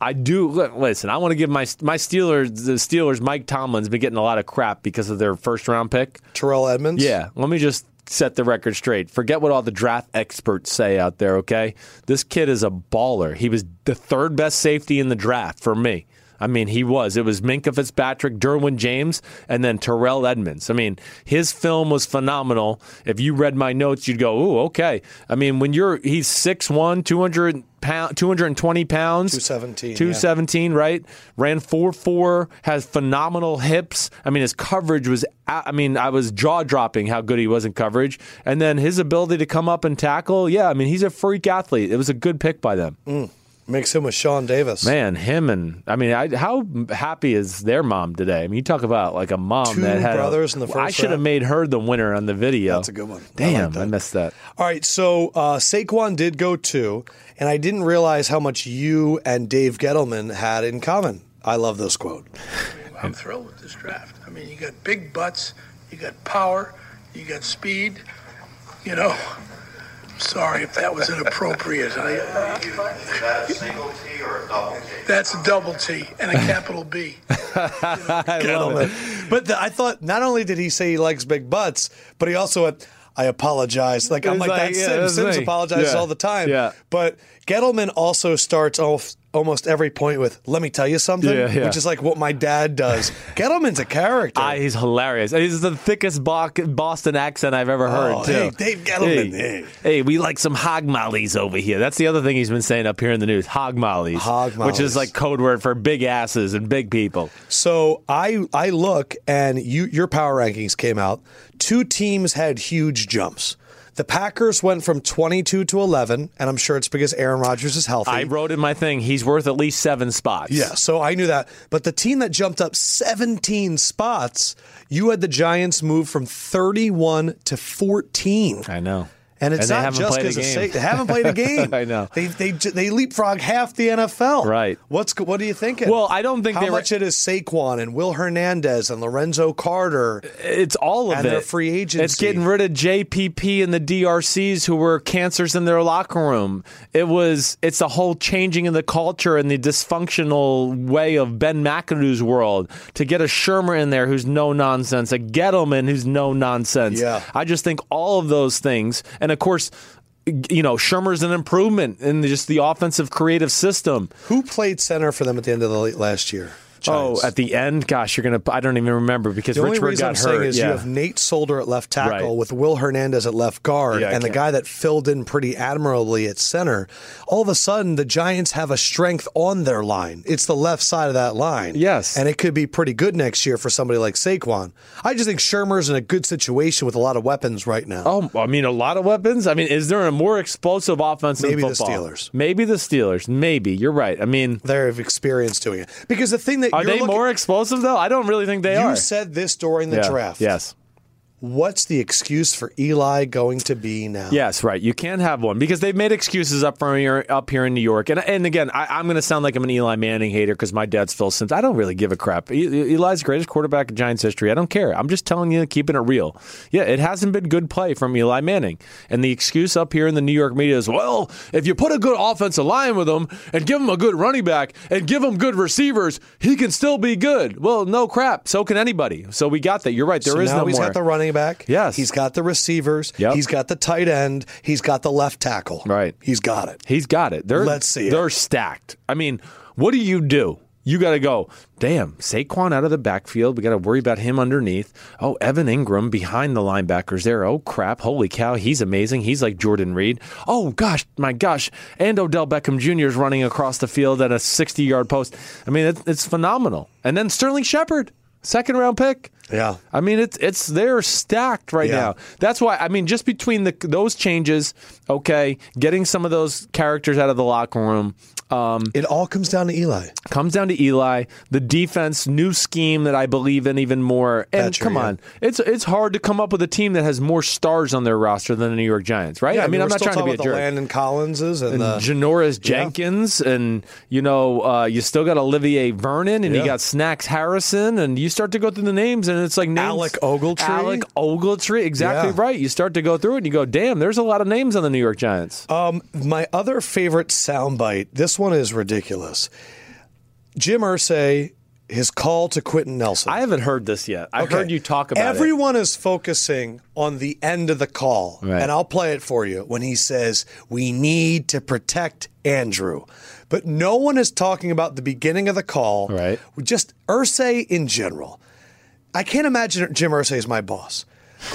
Speaker 2: I do li- listen. I want to give my my Steelers the Steelers. Mike Tomlin's been getting a lot of crap because of their first round pick.
Speaker 1: Terrell Edmonds.
Speaker 2: Yeah. Let me just set the record straight. Forget what all the draft experts say out there. Okay, this kid is a baller. He was the third best safety in the draft for me. I mean, he was. It was Minka Fitzpatrick, Derwin James, and then Terrell Edmonds. I mean, his film was phenomenal. If you read my notes, you'd go, ooh, okay. I mean, when you're, he's 6'1, 200 pound, 220 pounds.
Speaker 1: 217, yeah.
Speaker 2: 217, right? Ran 4 4, has phenomenal hips. I mean, his coverage was, I mean, I was jaw dropping how good he was in coverage. And then his ability to come up and tackle, yeah, I mean, he's a freak athlete. It was a good pick by them.
Speaker 1: Mm. Mix him with Sean Davis.
Speaker 2: Man, him and I mean, I, how happy is their mom today? I mean, you talk about like a mom
Speaker 1: Two
Speaker 2: that had a-
Speaker 1: brothers in the
Speaker 2: I
Speaker 1: first
Speaker 2: should have
Speaker 1: round.
Speaker 2: made her the winner on the video.
Speaker 1: That's a good one. I like
Speaker 2: Damn, I,
Speaker 1: that.
Speaker 2: missed that.
Speaker 1: All right, so uh, Saquon did go two, and I didn't realize how much you and Dave Gettleman had in common. I love this quote.
Speaker 3: I'm thrilled with this draft. I mean, you got big butts, you got power, you got speed. You know, I'm sorry if that was inappropriate. I,
Speaker 4: Is that a single T or a double T?
Speaker 3: that's a double T and a capital B.
Speaker 2: I love it.
Speaker 1: But the, I thought not only did he say he likes big butts, but he also had, I apologize. Like I'm
Speaker 2: It's
Speaker 1: like,
Speaker 2: like,
Speaker 1: that's
Speaker 2: yeah,
Speaker 1: Sims.
Speaker 2: that's
Speaker 1: Sims
Speaker 2: me.
Speaker 1: apologizes
Speaker 2: Yeah.
Speaker 1: all the time.
Speaker 2: Yeah.
Speaker 1: But Gettleman also starts off almost every point with "Let me tell you something,"
Speaker 2: Yeah, yeah.
Speaker 1: which is like what my dad does. Gettleman's a character.
Speaker 2: I, he's hilarious. And He's the thickest Bo- Boston accent I've ever heard.
Speaker 1: Oh,
Speaker 2: too.
Speaker 1: hey, Dave Gettleman,
Speaker 2: Hey,
Speaker 1: hey.
Speaker 2: Hey, we like some hog mollies over here. That's the other thing he's been saying up here in the news. Hog mollies,
Speaker 1: Hog
Speaker 2: which
Speaker 1: mollies.
Speaker 2: is like code word for big asses and big people.
Speaker 1: So I I look and you your power rankings came out. Two teams had huge jumps. The Packers went from 22 to 11, and I'm sure it's because Aaron Rodgers is healthy.
Speaker 2: I wrote in my thing, he's worth at least seven spots.
Speaker 1: Yeah, so I knew that. But the team that jumped up 17 spots, you had the Giants move from 31 to 14.
Speaker 2: I know.
Speaker 1: And it's
Speaker 2: they
Speaker 1: not
Speaker 2: haven't
Speaker 1: just
Speaker 2: played a
Speaker 1: because of
Speaker 2: game.
Speaker 1: safety. They haven't played a game.
Speaker 2: I know.
Speaker 1: They, they ju- they leapfrog half the NFL.
Speaker 2: Right.
Speaker 1: What's go- what are you thinking?
Speaker 2: Well, I don't think
Speaker 1: how
Speaker 2: they were-
Speaker 1: much it is Saquon and Will Hernandez and Lorenzo Carter.
Speaker 2: It's all of
Speaker 1: And
Speaker 2: it.
Speaker 1: their free
Speaker 2: It's
Speaker 1: agency.
Speaker 2: getting rid of JPP and the DRCs who were cancers in their locker room. It was. It's a whole changing in the culture and the dysfunctional way of Ben McAdoo's world to get a Shermer in there who's no nonsense, a Gettleman who's no nonsense.
Speaker 1: Yeah.
Speaker 2: I just think all of those things, and of course. You know, Shermer's an improvement in just the offensive creative system.
Speaker 1: Who played center for them at the end of the late last year? Giants.
Speaker 2: Oh, at the end, gosh, you're gonna. I don't even remember because
Speaker 1: The only
Speaker 2: Richburg
Speaker 1: reason
Speaker 2: got
Speaker 1: I'm
Speaker 2: hurt.
Speaker 1: saying is
Speaker 2: yeah.
Speaker 1: you have Nate Solder at left tackle
Speaker 2: Right.
Speaker 1: with Will Hernandez at left guard
Speaker 2: Yeah, I
Speaker 1: and the
Speaker 2: can't-
Speaker 1: guy that filled in pretty admirably at center. All of a sudden, the Giants have a strength on their line. It's the left side of that line.
Speaker 2: Yes.
Speaker 1: And it could be pretty good next year for somebody like Saquon. I just think Shermer's in a good situation with a lot of weapons right now.
Speaker 2: Oh, I mean, a lot of weapons. I mean, is there a more explosive offense
Speaker 1: Maybe
Speaker 2: in
Speaker 1: the
Speaker 2: football?
Speaker 1: Steelers.
Speaker 2: Maybe the Steelers. Maybe you're right. I mean,
Speaker 1: They're experienced doing it. Because the thing that
Speaker 2: are
Speaker 1: you're
Speaker 2: they
Speaker 1: looking-
Speaker 2: more explosive though? I don't really think they
Speaker 1: You
Speaker 2: are.
Speaker 1: said this during the
Speaker 2: Yeah.
Speaker 1: draft.
Speaker 2: Yes.
Speaker 1: What's the excuse for Eli going to be now?
Speaker 2: Yes, right. You can have one because they've made excuses up from here, up here in New York. And and again, I, I'm going to sound like I'm an Eli Manning hater because my dad's Phil Simms. I don't really give a crap. E- E- Eli's the greatest quarterback in Giants history. I don't care. I'm just telling you, keeping it real. Yeah, it hasn't been good play from Eli Manning. And the excuse up here in the New York media is, well, if you put a good offensive line with him and give him a good running back and give him good receivers, he can still be good. Well, no crap. So can anybody. So we got that. You're right. There is
Speaker 1: so now
Speaker 2: no
Speaker 1: he's
Speaker 2: more.
Speaker 1: got the running back.
Speaker 2: Yes.
Speaker 1: He's got the receivers.
Speaker 2: Yep.
Speaker 1: He's got the tight end. He's got the left tackle.
Speaker 2: Right.
Speaker 1: He's got it.
Speaker 2: He's got it. They're
Speaker 1: Let's see it.
Speaker 2: They're stacked. I mean, what do you do? You got to go. Damn, Saquon out of the backfield. We got to worry about him underneath. Oh, Evan Ingram behind the linebackers there. Oh crap! Holy cow, he's amazing. He's like Jordan Reed. Oh gosh, my gosh! And Odell Beckham Jr. is running across the field at a 60-yard post. I mean, it's, it's phenomenal. And then Sterling Shepard, second round pick.
Speaker 1: Yeah.
Speaker 2: I mean, it's it's they're stacked right
Speaker 1: Yeah.
Speaker 2: now. That's why I mean, just between the those changes, okay, getting some of those characters out of the locker room um,
Speaker 1: It all comes down to Eli.
Speaker 2: comes down to Eli, the defense, new scheme that I believe in even more. And
Speaker 1: Thatcher,
Speaker 2: come
Speaker 1: yeah.
Speaker 2: on, it's it's hard to come up with a team that has more stars on their roster than the New York Giants, right? I mean,
Speaker 1: we're
Speaker 2: I'm not
Speaker 1: still
Speaker 2: trying to be
Speaker 1: talking
Speaker 2: a
Speaker 1: about
Speaker 2: jerk.
Speaker 1: The Landon Collinses and, the
Speaker 2: Janoris Jenkins, and you know, uh, you still got Olivier Vernon, and
Speaker 1: Yeah.
Speaker 2: you got Snacks Harrison, and you start to go through the names, and it's like names,
Speaker 1: Alec Ogletree?
Speaker 2: Alec Ogletree, exactly
Speaker 1: Yeah.
Speaker 2: right. You start to go through it, and you go, damn, there's a lot of names on the New York Giants.
Speaker 1: Um, my other favorite soundbite. This one is ridiculous. Jim Irsay, his call to Quentin Nelson.
Speaker 2: I haven't heard this yet. I
Speaker 1: Okay.
Speaker 2: heard you talk about it.
Speaker 1: Everyone is focusing on the end of the call,
Speaker 2: Right.
Speaker 1: and I'll play it for you when he says, "We need to protect Andrew," but no one is talking about the beginning of the call.
Speaker 2: Right.
Speaker 1: Just Ursay in general. I can't imagine Jim Irsay is my boss.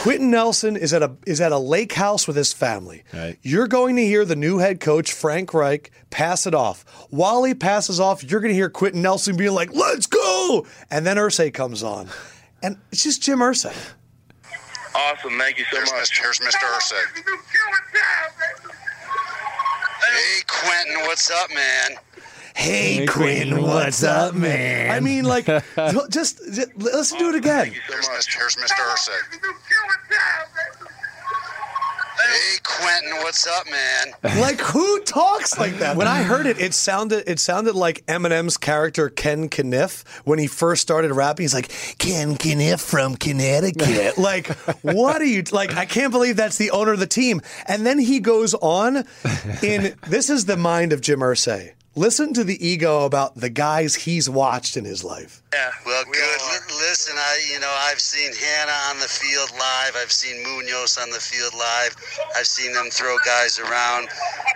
Speaker 1: Quentin Nelson is at a is at a lake house with his family.
Speaker 2: Right.
Speaker 1: You're going to hear the new head coach Frank Reich pass it off. While he passes off, you're going to hear Quentin Nelson being like, "Let's go!" And then Ursay comes on, and it's just Jim Ursay.
Speaker 5: Awesome. Thank you so
Speaker 6: Here's
Speaker 5: much.
Speaker 6: Mr. Here's Mr. Ursay. Hey, Quentin, what's up, man?
Speaker 1: Hey,
Speaker 2: Quentin, what's up, man?
Speaker 1: I mean, like, just, just listen to it again.
Speaker 6: Here's Mr. Here's Mr. Ursay. Hey, Quentin, what's up, man?
Speaker 1: Like, who talks like that? When I heard it, it sounded it sounded like Eminem's character Ken Kniff when he first started rapping. He's like Ken Kniff from Connecticut. like, what are you like? I can't believe that's the owner of the team. And then he goes on. In this is the mind of Jim Irsay. Listen to the ego about the guys he's watched in his life.
Speaker 5: Yeah.
Speaker 6: Well,
Speaker 5: we
Speaker 6: good.
Speaker 5: all are.
Speaker 6: L- listen, I, you know, I've seen Hannah on the field live. I've seen Munoz on the field live. I've seen them throw guys around.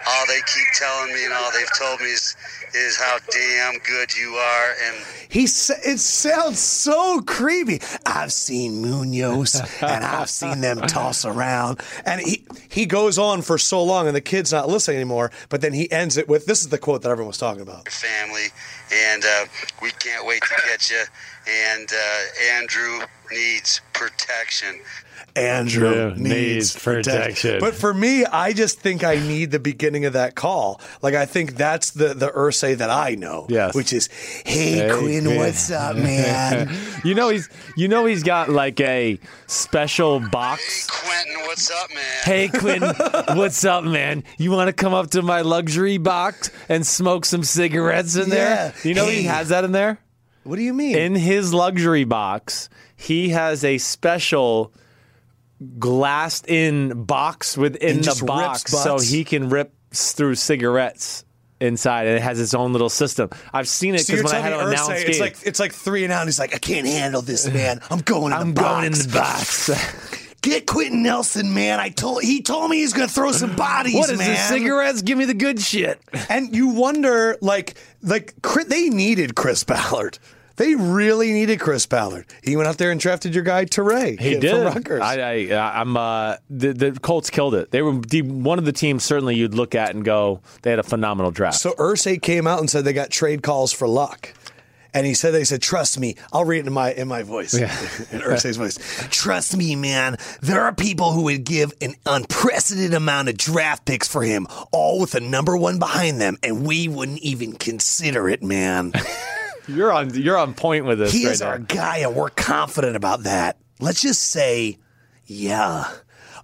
Speaker 6: All they keep telling me and all they've told me is, is how damn good you are. And
Speaker 1: He s- it sounds so creepy. I've seen Munoz and I've seen them toss around, and he he goes on for so long, and the kid's not listening anymore. But then he ends it with, "This is the quote that everyone was talking about."
Speaker 6: family, and uh, we can't wait to get you. And uh, Andrew, needs protection.
Speaker 1: Andrew
Speaker 2: Yeah,
Speaker 1: needs,
Speaker 2: needs
Speaker 1: protection.
Speaker 2: protection.
Speaker 1: But for me, I just think I need the beginning of that call. Like I think that's the the Ursay that I know.
Speaker 2: Yes.
Speaker 1: Which is, hey,
Speaker 2: Hey,
Speaker 1: Quinn,
Speaker 2: Quinn."
Speaker 1: what's up, man?
Speaker 2: you know he's you know he's got like a special
Speaker 6: Hey,
Speaker 2: box.
Speaker 6: Quentin, what's up, man?
Speaker 2: Hey Quinn, what's up, man? You want to come up to my luxury box and smoke some cigarettes in there?
Speaker 1: Yeah.
Speaker 2: You know
Speaker 1: Hey.
Speaker 2: he has that in there.
Speaker 1: what do you mean?
Speaker 2: in his luxury box, he has a special glassed in box within
Speaker 1: He
Speaker 2: the
Speaker 1: just
Speaker 2: box
Speaker 1: rips
Speaker 2: so
Speaker 1: butts.
Speaker 2: he can rip s- through cigarettes inside and it has its own little system. I've seen it
Speaker 1: so
Speaker 2: because
Speaker 1: you're
Speaker 2: when I had
Speaker 1: telling me
Speaker 2: to announce
Speaker 1: Ursay, it's
Speaker 2: game,
Speaker 1: like it's like three and out. And he's like, I can't handle this, man. I'm going in
Speaker 2: I'm
Speaker 1: the box.
Speaker 2: going in the box.
Speaker 1: Get Quentin Nelson, man. I told he told me he's gonna throw some bodies.
Speaker 2: what is
Speaker 1: man.
Speaker 2: this? Cigarettes? Give me the good shit.
Speaker 1: And you wonder, like, like Chri- they needed Chris Ballard. They really needed Chris Ballard. He went out there and drafted your guy Teray.
Speaker 2: He
Speaker 1: kid
Speaker 2: did.
Speaker 1: From Rutgers.
Speaker 2: I, I, I'm. Uh, the, the Colts killed it. They were the, one of the teams certainly you'd look at and go, they had a phenomenal draft.
Speaker 1: so Ursay came out and said they got trade calls for Luck. And he said, "They said, trust me. I'll read it in my in my voice, in Ursay's voice. Trust me, man. There are people who would give an unprecedented amount of draft picks for him, all with a number one behind them, and we wouldn't even consider it, man.
Speaker 2: you're on. You're on point with this.
Speaker 1: He
Speaker 2: right
Speaker 1: is
Speaker 2: now.
Speaker 1: our guy, and we're confident about that. Let's just say, yeah.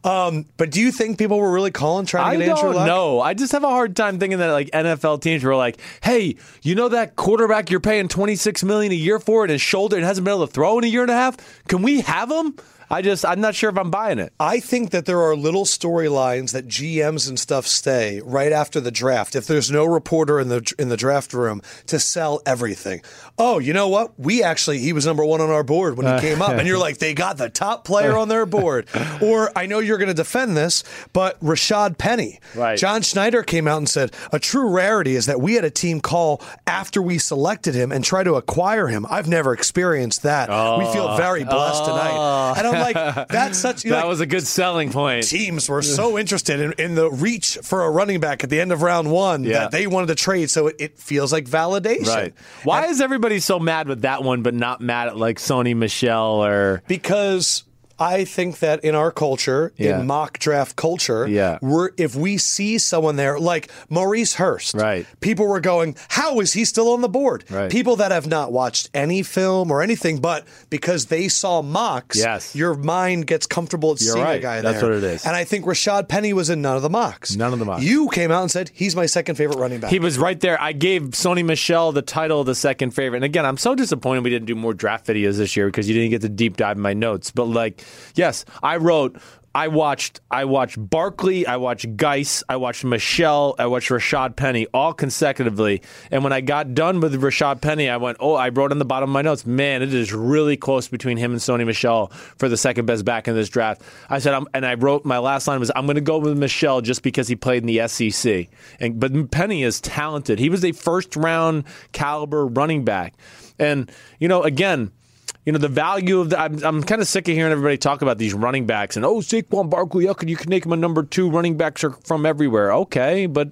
Speaker 1: Um, but do you think people were really calling trying
Speaker 2: I
Speaker 1: to get Andrew
Speaker 2: don't
Speaker 1: Luck?
Speaker 2: know. I just have a hard time thinking that like NFL teams were like, "Hey, you know that quarterback you're paying 26 million a year for and his shoulder and hasn't been able to throw in a year and a half? Can we have him?" I just I'm not sure if I'm buying it.
Speaker 1: I think that there are little storylines that GMs and stuff stay right after the draft. If there's no reporter in the in the draft room to sell everything, oh, you know what? We actually he was number one on our board
Speaker 2: Uh.
Speaker 1: when he came up, and you're like, they got the top player on their board. Or I know you're going to defend this, but Rashad Penny,
Speaker 2: Right.
Speaker 1: John Schneider came out and said a true rarity is that we had a team call after we selected him and try to acquire him. I've never experienced that. We feel very blessed tonight, and I'm like, that's such
Speaker 2: Oh. that
Speaker 1: like,
Speaker 2: was a good selling point.
Speaker 1: teams were so interested in, in the reach for a running back at the end of round one
Speaker 2: Yeah.
Speaker 1: that they wanted to trade. So it, it feels like validation.
Speaker 2: Right. Why is everybody so mad with that one but not mad at like Sony Michelle or
Speaker 1: Because I think that in our culture,
Speaker 2: Yeah.
Speaker 1: in mock draft culture,
Speaker 2: Yeah.
Speaker 1: we're, if we see someone there, like Maurice Hurst,
Speaker 2: Right.
Speaker 1: people were going, How is he still on the board?
Speaker 2: Right.
Speaker 1: People that have not watched any film or anything, but because they saw mocks,
Speaker 2: Yes.
Speaker 1: your mind gets comfortable at
Speaker 2: You're
Speaker 1: seeing a
Speaker 2: right.
Speaker 1: guy
Speaker 2: That's
Speaker 1: there.
Speaker 2: what it is.
Speaker 1: And I think Rashad Penny was in none of the mocks.
Speaker 2: None of the mocks.
Speaker 1: You came out and said, He's my second favorite running back.
Speaker 2: He was right there. I gave Sony Michelle the title of the second favorite. And again, I'm so disappointed we didn't do more draft videos this year because you didn't get to deep dive in my notes. But like, yes, I wrote I watched I watched Barkley, I watched Geis, I watched Michelle, I watched Rashad Penny all consecutively. And when I got done with Rashad Penny, I went, Oh, I wrote on the bottom of my notes, man, it is really close between him and Sony Michelle for the second best back in this draft. I said I'm, and I wrote my last line was I'm gonna go with Michelle just because he played in the E SEC. And but Penny is talented. He was a first round caliber running back. And, you know, again, you know, the value of the. I'm, I'm kind of sick of hearing everybody talk about these running backs and, oh, Saquon Barkley, how could you make him a number two? Running backs are from everywhere. Okay. But,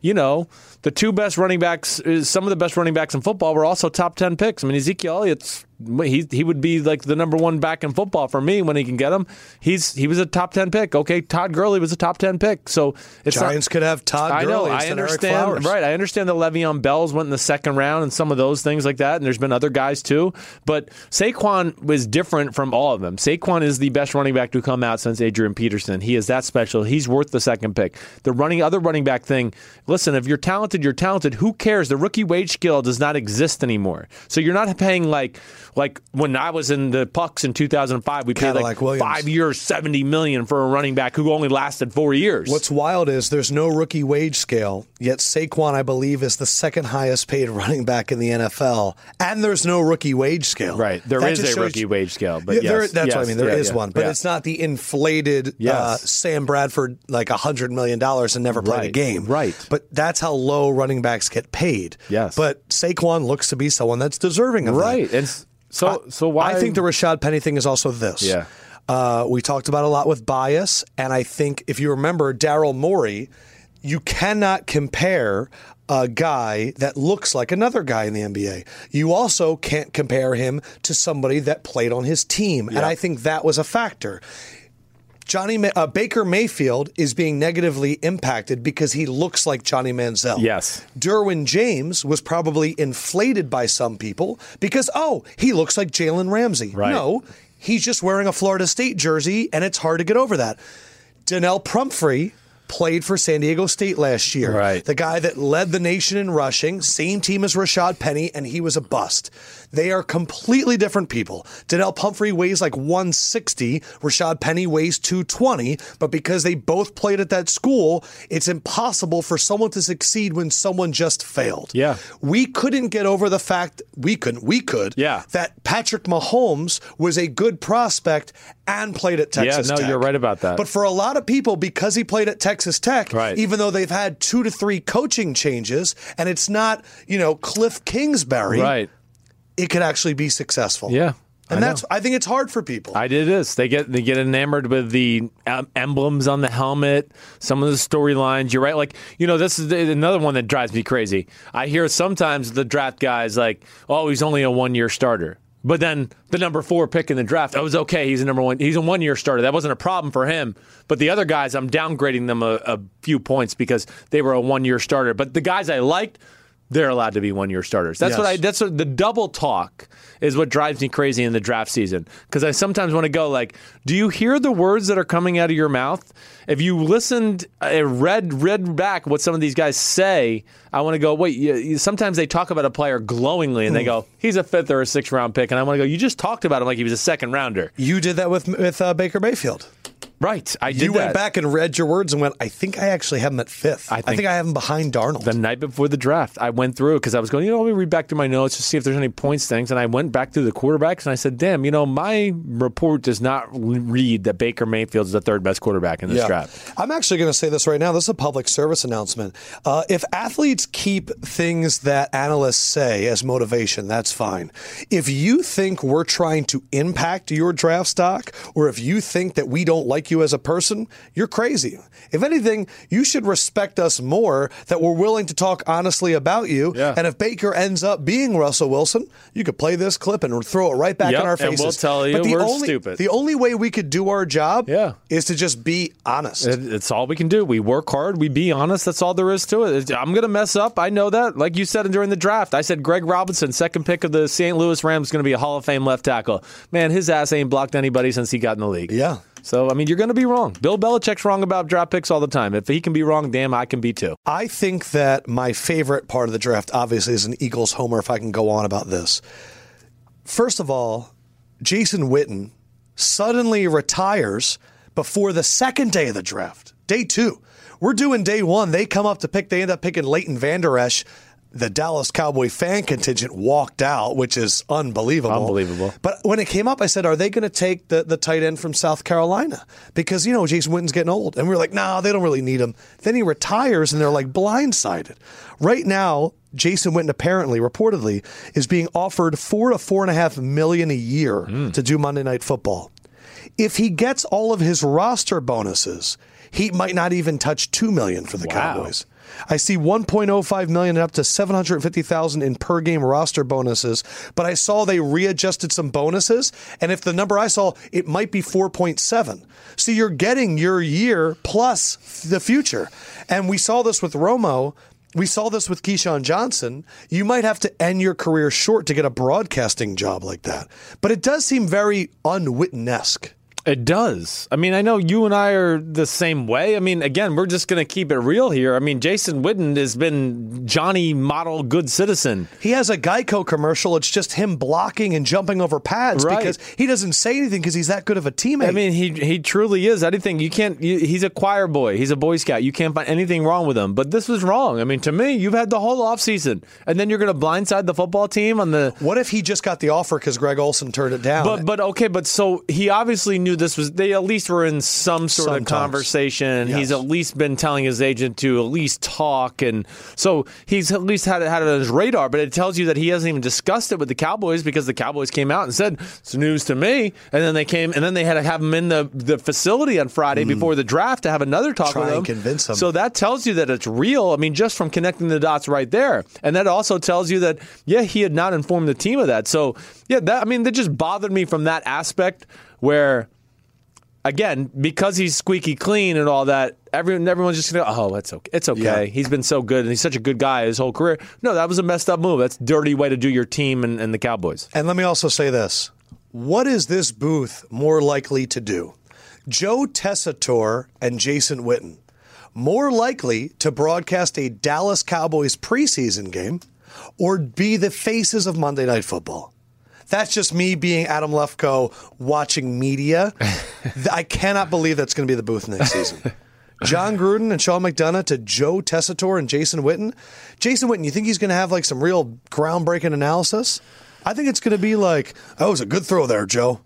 Speaker 2: you know, the two best running backs, uh, some of the best running backs in football were also top 10 picks. I mean, Ezekiel Elliott's. He, he would be like the number one back in football for me when he can get him. He's he was a top ten pick. Okay, Todd Gurley was a top ten pick. So it's not-
Speaker 1: Giants could have Todd
Speaker 2: I know.
Speaker 1: Gurley
Speaker 2: I
Speaker 1: instead of Eric
Speaker 2: understand.
Speaker 1: Flowers.
Speaker 2: Right. I understand the Le'Veon Bells went in the second round and some of those things like that. And there's been other guys too. But Saquon was different from all of them. Saquon is the best running back to come out since Adrian Peterson. He is that special. He's worth the second pick. The running other running back thing. Listen, if you're talented, you're talented. Who cares? The rookie wage scale does not exist anymore. So you're not paying like like when I was in the pucks in 2005. We paid
Speaker 1: Cadillac
Speaker 2: like
Speaker 1: Williams.
Speaker 2: five years, seventy million for a running back who only lasted four years.
Speaker 1: What's wild is there's no rookie wage scale, yet Saquon, I believe, is the second highest paid running back in the NFL, and there's no rookie wage scale.
Speaker 2: Right. There
Speaker 1: That
Speaker 2: is
Speaker 1: just
Speaker 2: a
Speaker 1: shows-
Speaker 2: rookie wage scale, but
Speaker 1: Yeah, there-
Speaker 2: yes,
Speaker 1: that's what I
Speaker 2: yes,
Speaker 1: mean. There is
Speaker 2: yeah, yeah,
Speaker 1: one, but
Speaker 2: yeah.
Speaker 1: it's not the inflated uh,
Speaker 2: Yes.
Speaker 1: Sam Bradford, like $100 million and never played a
Speaker 2: Right,
Speaker 1: game.
Speaker 2: right.
Speaker 1: But that's how low running backs get paid.
Speaker 2: Yes.
Speaker 1: But Saquon looks to be someone that's deserving of that.
Speaker 2: right. And s- so, so why?
Speaker 1: I think the Rashad Penny thing is also this.
Speaker 2: Yeah.
Speaker 1: Uh, we talked about a lot with bias, and I think if you remember Daryl Morey you cannot compare a guy that looks like another guy in the NBA. You also can't compare him to somebody that played on his team. And I think that was a factor. Johnny Ma- uh, Baker Mayfield is being negatively impacted because he looks like Johnny Manziel.
Speaker 2: Yes.
Speaker 1: Derwin James was probably inflated by some people because oh, he looks like Jalen Ramsey.
Speaker 2: Right.
Speaker 1: No, he's just wearing a Florida State jersey, and it's hard to get over that. Danelle Pumphrey played for San Diego State last year.
Speaker 2: Right.
Speaker 1: The guy that led the nation in rushing, same team as Rashad Penny, and he was a bust. They are completely different people. Danelle Pumphrey weighs like 160, Rashad Penny weighs 220, but because they both played at that school, it's impossible for someone to succeed when someone just failed.
Speaker 2: Yeah.
Speaker 1: We couldn't get over the fact we couldn't, we could,
Speaker 2: Yeah.
Speaker 1: that Patrick Mahomes was a good prospect and played at Texas
Speaker 2: no,
Speaker 1: Tech.
Speaker 2: you're right about that.
Speaker 1: But for a lot of people, because he played at Texas Tech,
Speaker 2: Right.
Speaker 1: even though they've had two to three coaching changes, and it's not, you know, Cliff Kingsbury,
Speaker 2: Right.
Speaker 1: it could actually be successful.
Speaker 2: Yeah.
Speaker 1: And
Speaker 2: I know.
Speaker 1: that's, I think it's hard for people.
Speaker 2: I did this. They get they get enamored with the um, emblems on the helmet, some of the storylines. You're right. Like you know, this is the- another one that drives me crazy. I hear sometimes the draft guys like, oh, he's only a one year starter. But then the number four pick in the draft, I was okay. He's a number one. He's a one year starter. That wasn't a problem for him. But the other guys, I'm downgrading them a, a few points because they were a one year starter. But the guys I liked, they're allowed to be one year starters. That's what
Speaker 1: Yes.
Speaker 2: I. That's what the double talk is. What drives me crazy in the draft season because I sometimes want to go like, "Do you hear the words that are coming out of your mouth?" If you listened, uh, read read back what some of these guys say, I want to go. Wait, you, you, sometimes they talk about a player glowingly and they go, "He's a fifth or a sixth round pick," and I want to go, "You just talked about him like he was a second rounder."
Speaker 1: you did that with, with uh, Baker Mayfield.
Speaker 2: Right? I did
Speaker 1: You went
Speaker 2: that
Speaker 1: back and read your words and went, I think I actually have him at fifth. I
Speaker 2: I
Speaker 1: think I,
Speaker 2: think-
Speaker 1: have him behind Darnold.
Speaker 2: the night before the draft. I went through it because I was going, you know, let me read back through my notes to see if there's any points things. And I went back through the quarterbacks and I said, damn, you know, my report does not l- read that Baker Mayfield is the third best quarterback in this draft.
Speaker 1: I'm actually going to say this right now. This is a public service announcement. Uh, if athletes keep things that analysts say as motivation, that's fine. If you think we're trying to impact your draft stock, or if you think that we don't like you as a person, you're crazy. If anything, you should respect us more that we're willing to talk honestly about you.
Speaker 2: Yeah.
Speaker 1: And if Baker ends up being Russell Wilson, you could play this clip and throw it right back
Speaker 2: Yep,
Speaker 1: in our
Speaker 2: and
Speaker 1: faces.
Speaker 2: we'll tell you
Speaker 1: but the
Speaker 2: we're
Speaker 1: only,
Speaker 2: stupid.
Speaker 1: The only way we could do our job
Speaker 2: Yeah.
Speaker 1: is to just be honest.
Speaker 2: It- It's all we can do. We work hard. We be honest. That's all there is to it. It's- I'm going to mess up. I know that. Like you said during the draft, I said Greg Robinson, second pick of the St. Louis Rams, is going to be a Hall of Fame left tackle. Man, his ass ain't blocked anybody since he got in the league.
Speaker 1: Yeah.
Speaker 2: So, I mean, you're going to be wrong. Bill Belichick's wrong about draft picks all the time. If he can be wrong, damn, I can be too.
Speaker 1: I think that my favorite part of the draft, obviously, is an Eagles homer, if I can go on about this. First of all, Jason Witten suddenly retires before the second day of the draft, day two. We're doing day one. They come up to pick, they end up picking Leighton Vander Esch. The Dallas Cowboy fan contingent walked out, which is unbelievable.
Speaker 2: Unbelievable.
Speaker 1: But when it came up, I said, Are they going to take the, the tight end from South Carolina? Because, you know, Jason Witten's getting old. And we were like, No, they don't really need him. Then he retires, and they're like blindsided. Right now, Jason Witten apparently, reportedly, is being offered four to four and a half million a year to do Monday Night Football. If he gets all of his roster bonuses, he might not even touch two million for the
Speaker 2: Wow.
Speaker 1: Cowboys. I see 1.05 million and up to 750,000 in per game roster bonuses, but I saw they readjusted some bonuses and if the number I saw it might be 4.7. So you're getting your year plus the future. And we saw this with Romo, we saw this with Keyshawn Johnson. You might have to end your career short to get a broadcasting job like that. But it does seem very unwitnesque.
Speaker 2: It does. I mean, I know you and I are the same way. I mean, again, we're just going to keep it real here. I mean, Jason Witten has been Johnny model good citizen.
Speaker 1: He has a Geico commercial. It's just him blocking and jumping over pads
Speaker 2: Right.
Speaker 1: because he doesn't say anything because he's that good of a teammate.
Speaker 2: I mean, he he truly is. Anything you can't. You, he's a choir boy. He's a Boy Scout. You can't find anything wrong with him. But this was wrong. I mean, to me, you've had the whole offseason, and then you're going to blindside the football team on the
Speaker 1: what if he just got the offer because Greg Olson turned it down?
Speaker 2: But but okay, but so he obviously knew knew this was. They at least were in some sort
Speaker 1: Sometimes.
Speaker 2: of conversation.
Speaker 1: Yes.
Speaker 2: He's at least been telling his agent to at least talk, and so he's at least had it had it on his radar. But it tells you that he hasn't even discussed it with the Cowboys because the Cowboys came out and said it's news to me, and then they came and then they had to have him in the, the facility on
Speaker 1: Hmm.
Speaker 2: Friday before the draft to have another talk
Speaker 1: Try
Speaker 2: with
Speaker 1: and
Speaker 2: him.
Speaker 1: convince him.
Speaker 2: So that tells you that it's real. I mean, just from connecting the dots right there, and that also tells you that yeah, he had not informed the team of that. So yeah, that I mean, that just bothered me from that aspect where, again, because he's squeaky clean and all that, everyone everyone's just gonna oh, it's okay, it's okay.
Speaker 1: Yeah.
Speaker 2: He's been so good and he's such a good guy his whole career. No, that was a messed up move. That's a dirty way to do your team and, and the Cowboys.
Speaker 1: And let me also say this what is this booth more likely to do? Joe Tessitore and Jason Witten more likely to broadcast a Dallas Cowboys preseason game or be the faces of Monday Night Football? That's just me being Adam Lefko watching media. Th- I cannot believe that's going to be the booth next season. John Gruden and Sean McDonough to Joe Tessitore and Jason Witten. Jason Witten, you think he's going to have like some real groundbreaking analysis? I think it's going to be like, oh, it was a good throw there, Joe.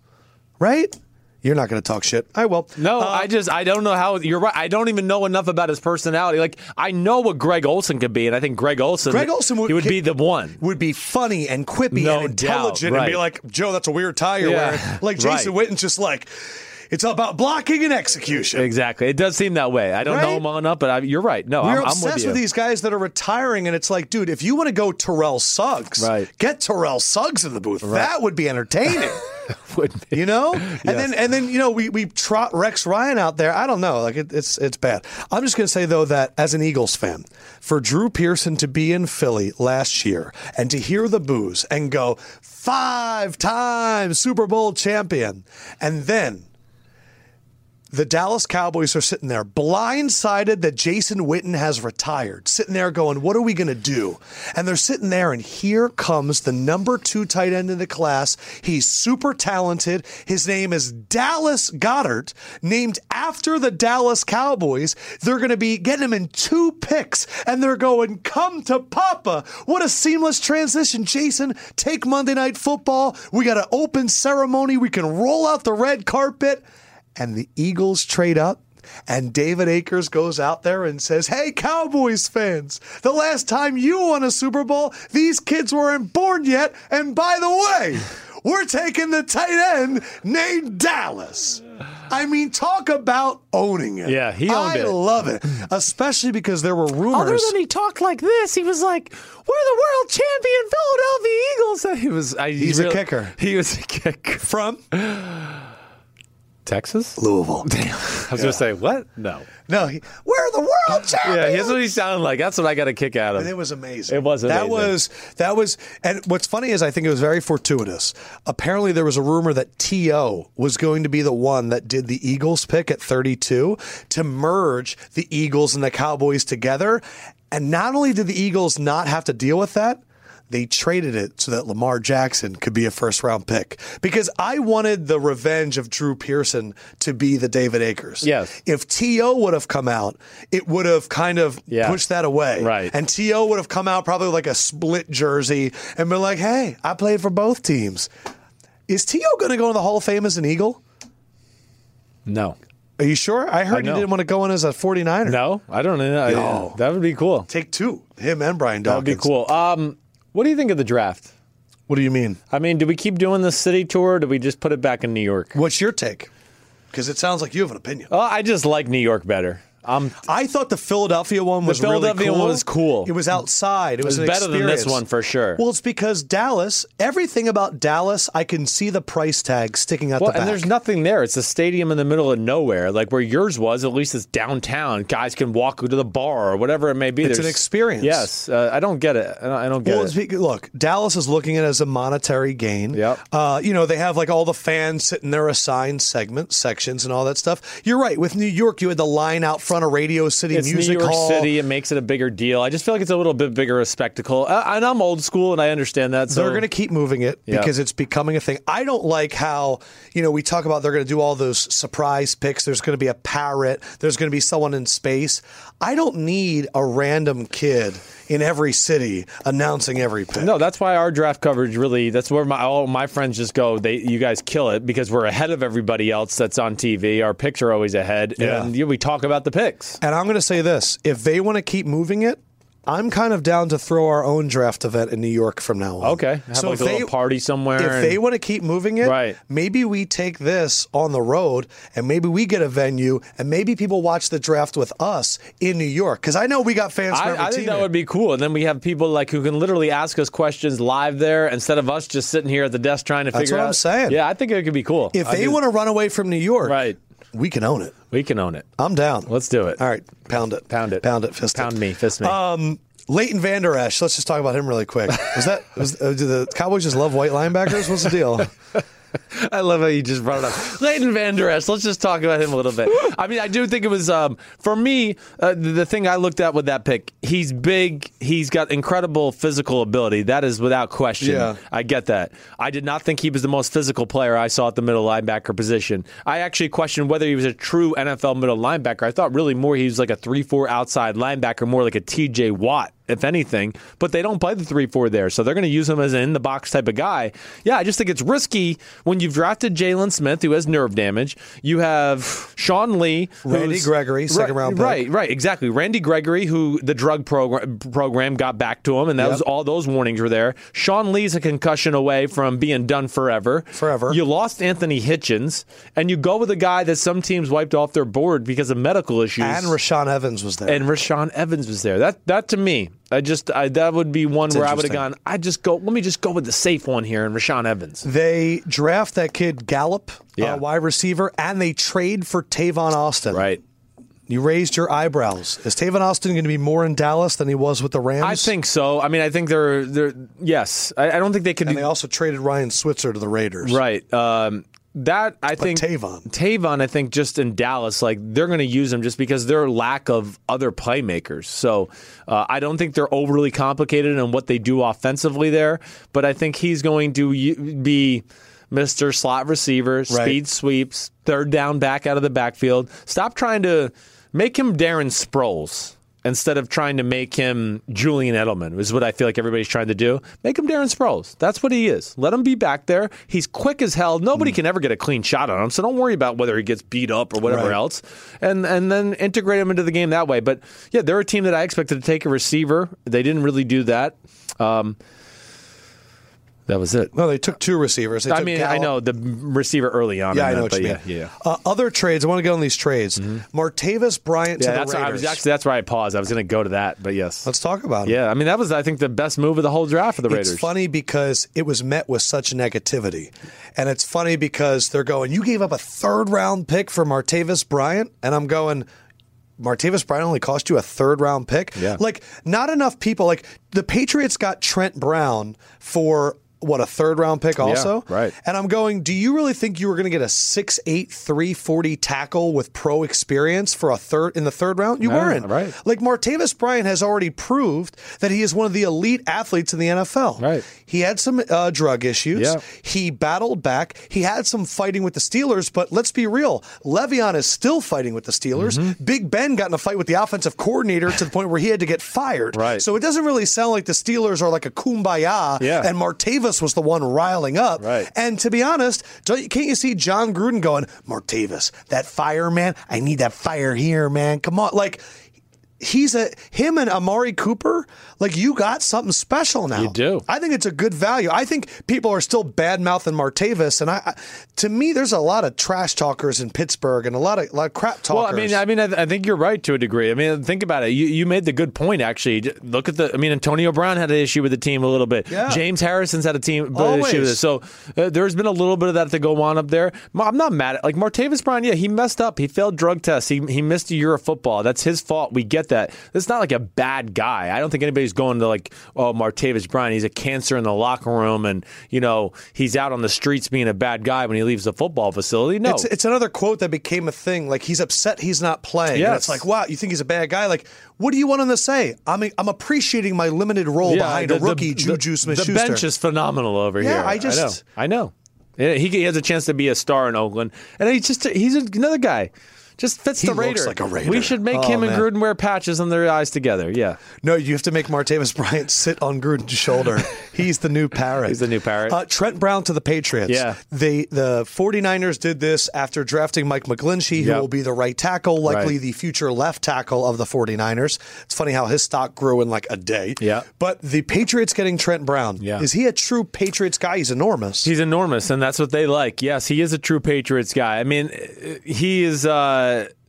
Speaker 1: Right? You're not going to talk shit. I will.
Speaker 2: No,
Speaker 1: Uh,
Speaker 2: I just I don't know how you're right. I don't even know enough about his personality. Like I know what Greg Olson could be, and I think Greg Olson
Speaker 1: Greg Olson would-
Speaker 2: he would be the one.
Speaker 1: would be funny and quippy
Speaker 2: No
Speaker 1: and
Speaker 2: doubt,
Speaker 1: intelligent and be
Speaker 2: right.
Speaker 1: like, Joe, that's a weird tie you're
Speaker 2: Yeah,
Speaker 1: wearing. Like Jason
Speaker 2: right.
Speaker 1: Witten's just like, it's about blocking and execution.
Speaker 2: Exactly. It does seem that way. I don't
Speaker 1: Right?
Speaker 2: know him well enough, but I, you're right. No,
Speaker 1: We're
Speaker 2: I'm, I'm
Speaker 1: obsessed
Speaker 2: with
Speaker 1: with,
Speaker 2: you.
Speaker 1: these guys that are retiring, and it's like, dude, if you want to go Terrell Suggs,
Speaker 2: Right.
Speaker 1: get Terrell Suggs in the booth. That would be entertaining.
Speaker 2: Would be.
Speaker 1: You know, and then and then you know we we trot Rex Ryan out there. I don't know, like it, it's it's bad. I'm just gonna say though that as an Eagles fan, for Drew Pearson to be in Philly last year and to hear the booze and go five time Super Bowl champion, and then the Dallas Cowboys are sitting there blindsided that Jason Witten has retired, sitting there going, What are we going to do? And they're sitting there, and here comes the number two tight end in the class. He's super talented. His name is Dallas Goddard, named after the Dallas Cowboys. They're going to be getting him in two picks, and they're going, Come to Papa. What a seamless transition, Jason. Take Monday Night Football. We got an open ceremony. We can roll out the red carpet and the Eagles trade up. And David Akers goes out there and says, Hey, Cowboys fans, the last time you won a Super Bowl, these kids weren't born yet. And by the way, we're taking the tight end named Dallas. I mean, talk about owning it.
Speaker 2: Yeah, he owned
Speaker 1: I
Speaker 2: it.
Speaker 1: love it, especially because there were rumors.
Speaker 2: Other than he talked like this, he was like, "We're the world champion Philadelphia Eagles." And He was. I,
Speaker 1: He's a
Speaker 2: really-
Speaker 1: kicker.
Speaker 2: He was a kicker.
Speaker 1: from
Speaker 2: Texas.
Speaker 1: Louisville.
Speaker 2: I was gonna say what? No.
Speaker 1: No, he, we're the world champions.
Speaker 2: Yeah, here's what he sounded like. That's what I got a kick out of.
Speaker 1: It was amazing.
Speaker 2: It was
Speaker 1: That
Speaker 2: amazing.
Speaker 1: was that was and what's funny is I think it was very fortuitous. Apparently there was a rumor that TO was going to be the one that did the Eagles pick at 32 to merge the Eagles and the Cowboys together. And not only did the Eagles not have to deal with that, they traded it so that Lamar Jackson could be a first round pick because I wanted the revenge of Drew Pearson to be the David Akers.
Speaker 2: Yes.
Speaker 1: If T.O. would have come out, it would have kind of
Speaker 2: Yeah.
Speaker 1: pushed that away.
Speaker 2: Right.
Speaker 1: And T.O. would have come out probably with like a split jersey and been like, hey, I played for both teams. Is T.O. going to go in the Hall of Fame as an Eagle?
Speaker 2: No.
Speaker 1: Are you sure? I heard
Speaker 2: I
Speaker 1: you
Speaker 2: know.
Speaker 1: didn't want to go in as a 49er.
Speaker 2: No, I don't know.
Speaker 1: Yo.
Speaker 2: That would be cool.
Speaker 1: Take two, him and Brian
Speaker 2: That would
Speaker 1: Dawkins.
Speaker 2: be cool. Um, what do you think of the draft?
Speaker 1: What do you mean?
Speaker 2: I mean, do we keep doing the city tour? Or do we just put it back in New York?
Speaker 1: What's your take? Because it sounds like you have an opinion.
Speaker 2: Oh, I just like New York better. Um, I'm
Speaker 1: I thought the Philadelphia one was
Speaker 2: Philadelphia
Speaker 1: really
Speaker 2: one
Speaker 1: cool.
Speaker 2: was cool.
Speaker 1: It was outside. It was,
Speaker 2: was
Speaker 1: an
Speaker 2: better than this
Speaker 1: experience.
Speaker 2: one for sure.
Speaker 1: Well, it's because Dallas. Everything about Dallas, I can see the price tag sticking out
Speaker 2: well,
Speaker 1: the back.
Speaker 2: and there's nothing there. It's a stadium in the middle of nowhere, like where yours was. At least it's downtown. Guys can walk to the bar or whatever it may be.
Speaker 1: It's
Speaker 2: There's-
Speaker 1: an experience.
Speaker 2: Yes, uh, I don't get it. I don't, I don't get
Speaker 1: Well,
Speaker 2: it.
Speaker 1: it's be- look, Dallas is looking at it as a monetary gain.
Speaker 2: Yep.
Speaker 1: Uh, you know, they have like all the fans sitting their assigned segments, sections, and all that stuff. You're right. With New York, you had the line out front of Radio City
Speaker 2: it's
Speaker 1: Music
Speaker 2: New York
Speaker 1: Hall.
Speaker 2: City. It makes it a bigger deal. I just feel like it's a little bit bigger a spectacle. Uh, and I'm old school, and I understand that. So
Speaker 1: they're going to keep moving it
Speaker 2: Yeah.
Speaker 1: because it's becoming a thing. I don't like how, you know, we talk about they're going to do all those surprise picks. There's going to be a parrot. There's going to be someone in space. I don't need a random kid in every city announcing every pick.
Speaker 2: No, that's why our draft coverage really. That's where my all my friends just go. They you guys kill it because we're ahead of everybody else that's on TV. Our picks are always ahead,
Speaker 1: Yeah.
Speaker 2: and yeah, we talk about the picks.
Speaker 1: And I'm going to say this if they want to keep moving it, I'm kind of down to throw our own draft event in New York from now on.
Speaker 2: Okay, have like
Speaker 1: if
Speaker 2: a little party somewhere.
Speaker 1: If
Speaker 2: and-
Speaker 1: they want to keep moving it,
Speaker 2: Right.
Speaker 1: maybe we take this on the road and maybe we get a venue and maybe people watch the draft with us in New York. Because I know we got fans from every
Speaker 2: I, I think
Speaker 1: team
Speaker 2: that
Speaker 1: here.
Speaker 2: would be cool. And then we have people like who can literally ask us questions live there instead of us just sitting here at the desk trying to
Speaker 1: That's
Speaker 2: figure
Speaker 1: what
Speaker 2: out.
Speaker 1: I'm saying.
Speaker 2: Yeah, I think it could be cool.
Speaker 1: If
Speaker 2: I
Speaker 1: they
Speaker 2: do-
Speaker 1: want to run away from New York,
Speaker 2: Right.
Speaker 1: we can own it.
Speaker 2: we can own it.
Speaker 1: I'm down.
Speaker 2: Let's do it.
Speaker 1: All right, pound it.
Speaker 2: Pound it.
Speaker 1: Pound it. Fist
Speaker 2: Pound
Speaker 1: it. Um,
Speaker 2: me, fist me.
Speaker 1: Leighton Vander Esch. Let's just talk about him really quick. Was that was uh, do the Cowboys just love white linebackers? What's the deal?
Speaker 2: I love how you just brought it up. Leighton Van Der Esch, let's just talk about him a little bit. I mean, I do think it was, um, for me, uh, the, the thing I looked at with that pick, he's big. He's got incredible physical ability. That is without question.
Speaker 1: Yeah.
Speaker 2: I get that. I did not think he was the most physical player I saw at the middle linebacker position. I actually questioned whether he was a true NFL middle linebacker. I thought really more he was like a 3 4 outside linebacker, more like a TJ Watt, if anything. But they don't play the 3 4 there, so they're going to use him as an in the box type of guy. Yeah, I just think it's risky when you've drafted Jalen Smith, who has nerve damage. You have Sean Lee,
Speaker 1: Randy
Speaker 2: who's-
Speaker 1: Gregory, second
Speaker 2: right,
Speaker 1: round pick.
Speaker 2: Right, right, exactly. Randy Gregory, who the drug program program got back to him, and that
Speaker 1: Yep.
Speaker 2: was all those warnings were there. Sean Lee's a concussion away from being done forever.
Speaker 1: Forever.
Speaker 2: You lost Anthony Hitchens, and you go with a guy that some teams wiped off their board because of medical issues.
Speaker 1: and Rashawn Evans was there.
Speaker 2: And Rashawn Evans was there. That that to me, I just I, that would be one where I would have
Speaker 1: interesting.
Speaker 2: gone. I just go. Let me just go with the safe one here, and Rashawn Evans.
Speaker 1: they draft that kid Gallup,
Speaker 2: Yeah.
Speaker 1: uh, wide receiver, and they trade for Tavon Austin.
Speaker 2: Right.
Speaker 1: You raised your eyebrows. Is Tavon Austin going to be more in Dallas than he was with the Rams?
Speaker 2: I think so. I mean, I think they're they're yes. I, I don't think they could.
Speaker 1: And
Speaker 2: do-
Speaker 1: they also traded Ryan Switzer to the Raiders.
Speaker 2: Right. Um, that I think
Speaker 1: Tavon.
Speaker 2: Tavon, I think just in Dallas, like they're going to use him just because their lack of other playmakers. So uh, I don't think they're overly complicated in what they do offensively there, but I think he's going to u- be Mr. Slot receiver, speed sweeps, third down back out of the backfield. Stop trying to make him Darren Sproles. Instead of trying to make him Julian Edelman, is what I feel like everybody's trying to do. Make him Darren Sproles. That's what he is. Let him be back there. He's quick as hell. Nobody can ever get a clean shot on him, so don't worry about whether he gets beat up or whatever
Speaker 1: Right.
Speaker 2: else. And and then integrate him into the game that way. But yeah, they're a team that I expected to take a receiver. They didn't really do that. Um, that was it.
Speaker 1: No, they took two receivers. They
Speaker 2: I
Speaker 1: took
Speaker 2: mean, I
Speaker 1: Gallup-
Speaker 2: know the receiver early on.
Speaker 1: Yeah,
Speaker 2: in
Speaker 1: I know
Speaker 2: that,
Speaker 1: what
Speaker 2: but
Speaker 1: you mean.
Speaker 2: yeah, yeah. Mm-hmm.
Speaker 1: Uh, other trades. I want to get on these trades. Martavis Bryant
Speaker 2: Yeah,
Speaker 1: to
Speaker 2: that's
Speaker 1: the Raiders.
Speaker 2: I was actually that's where I paused. I was going to go to that, but yes.
Speaker 1: Let's talk about it.
Speaker 2: Yeah, I mean that was I think the best move of the whole draft for the Raiders.
Speaker 1: It's funny because it was met with such negativity. And it's funny because they're going, You gave up a third round pick for Martavis Bryant. And I'm going, Martavis Bryant only cost you a third round pick.
Speaker 2: Yeah.
Speaker 1: Like, not enough people. Like, the Patriots got Trent Brown for what, a third round pick also?
Speaker 2: right.
Speaker 1: And I'm going, Do you really think you were going to get a 6'8, 340 tackle with pro experience for a third in the third round? You
Speaker 2: No,
Speaker 1: weren't.
Speaker 2: right.
Speaker 1: Like Martavis Bryant has already proved that he is one of the elite athletes in the NFL.
Speaker 2: Right.
Speaker 1: He had some uh, drug issues.
Speaker 2: Yeah.
Speaker 1: He battled back. He had some fighting with the Steelers, but let's be real. Le'Veon is still fighting with the Steelers.
Speaker 2: Mm-hmm.
Speaker 1: Big Ben got in a fight with the offensive coordinator to the point where he had to get fired.
Speaker 2: Right.
Speaker 1: So it doesn't really sound like the Steelers are like a kumbaya.
Speaker 2: Yeah.
Speaker 1: And Martavis was the one riling up.
Speaker 2: Right.
Speaker 1: And to be honest, don't you- can't you see John Gruden going, Martavis, that fire, man? I need that fire here, man. Come on. Like, he's a him and Amari Cooper. Like you got something special now.
Speaker 2: You do.
Speaker 1: I think it's a good value. I think people are still bad mouthing Martavis, and I, I to me, there's a lot of trash talkers in Pittsburgh and a lot of a lot of crap talkers.
Speaker 2: Well, I mean, I mean, I, th- I think you're right to a degree. I mean, think about it. You you made the good point actually. J- Look at the. I mean, Antonio Brown had an issue with the team a little bit.
Speaker 1: Yeah.
Speaker 2: James Harrison's had a team b-
Speaker 1: Always.
Speaker 2: issue with it. So uh, there's been a little bit of that to go on up there. Ma- I'm not mad at like Martavis Brown. Yeah, he messed up. He failed drug tests. He he missed a year of football. That's his fault. We get that. It's not like a bad guy. I don't think anybody's going to like oh Martavis Brown. He's a cancer in the locker room, and you know he's out on the streets being a bad guy when he leaves the football facility. No,
Speaker 1: It's, it's another quote that became a thing. Like he's upset he's not playing. Yeah,
Speaker 2: Yes.
Speaker 1: it's like, wow, you think he's a bad guy? Like, what do you want him to say? I'm I'm appreciating my limited role behind a rookie Juju Smith
Speaker 2: The
Speaker 1: Schuster.
Speaker 2: bench is phenomenal over
Speaker 1: Yeah,
Speaker 2: here.
Speaker 1: I just-
Speaker 2: I know. I know. Yeah, He, he has a chance to be a star in Oakland, and he's just he's another guy. Just fits
Speaker 1: He
Speaker 2: the
Speaker 1: looks
Speaker 2: Raider.
Speaker 1: like a Raider.
Speaker 2: We should make
Speaker 1: Oh,
Speaker 2: him
Speaker 1: man.
Speaker 2: and Gruden wear patches on their eyes together. Yeah.
Speaker 1: No, you have to make Martavis Bryant sit on Gruden's shoulder. He's the new parrot.
Speaker 2: He's the new parrot.
Speaker 1: Uh, Trent Brown to the Patriots.
Speaker 2: Yeah.
Speaker 1: They, the 49ers did this after drafting Mike McGlinchey, who
Speaker 2: Yep.
Speaker 1: will be the right tackle, likely
Speaker 2: Right.
Speaker 1: the future left tackle of the 49ers. It's funny how his stock grew in like a day.
Speaker 2: Yeah.
Speaker 1: But the Patriots getting Trent Brown.
Speaker 2: Yeah.
Speaker 1: Is he a true Patriots guy? He's enormous.
Speaker 2: He's enormous, and that's what they like. Yes, he is a true Patriots guy. I mean, uh, he is. Uh,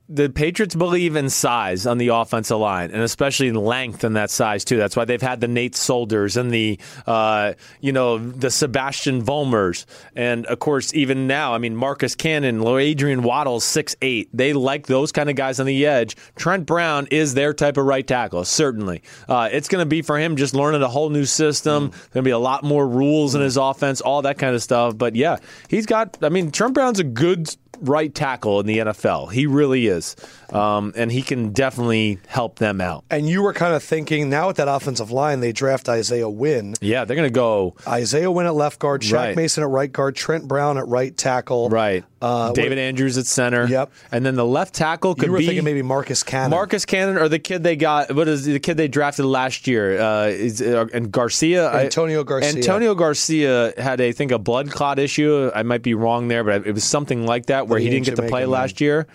Speaker 2: the Patriots believe in size on the offensive line, and especially in length in that size too. That's why they've had the Nate Solders and the, uh, you know, the Sebastian Vollmers, and of course even now, I mean Marcus Cannon, Adrian Waddle, six eight. They like those kind of guys on the edge. Trent Brown is their type of right tackle, certainly. Uh, it's going to be for him just learning a whole new
Speaker 1: Hmm.
Speaker 2: system. There's Going to be a lot more rules in his offense, all that kind of stuff. But yeah, he's got. I mean, Trent Brown's a good right tackle in the NFL. He really is, um, and he can definitely help them out.
Speaker 1: and you were kind of thinking now at that offensive line, they draft Isaiah Wynn.
Speaker 2: Yeah, they're going to go
Speaker 1: Isaiah Wynn at left guard, Shaq
Speaker 2: Right.
Speaker 1: Mason at right guard, Trent Brown at right tackle.
Speaker 2: right.
Speaker 1: Uh,
Speaker 2: David Andrews at center.
Speaker 1: Yep.
Speaker 2: and then the left tackle could
Speaker 1: You were
Speaker 2: be
Speaker 1: thinking maybe Marcus Cannon.
Speaker 2: Marcus Cannon or the kid they got? What is the kid they drafted last year? Uh, is uh, and Garcia, I-
Speaker 1: Antonio Garcia.
Speaker 2: Antonio Garcia had a I think a blood clot issue. I might be wrong there, but it was something like that where he
Speaker 1: he
Speaker 2: didn't
Speaker 1: ain't
Speaker 2: get to play
Speaker 1: Jamaican, man.
Speaker 2: last year.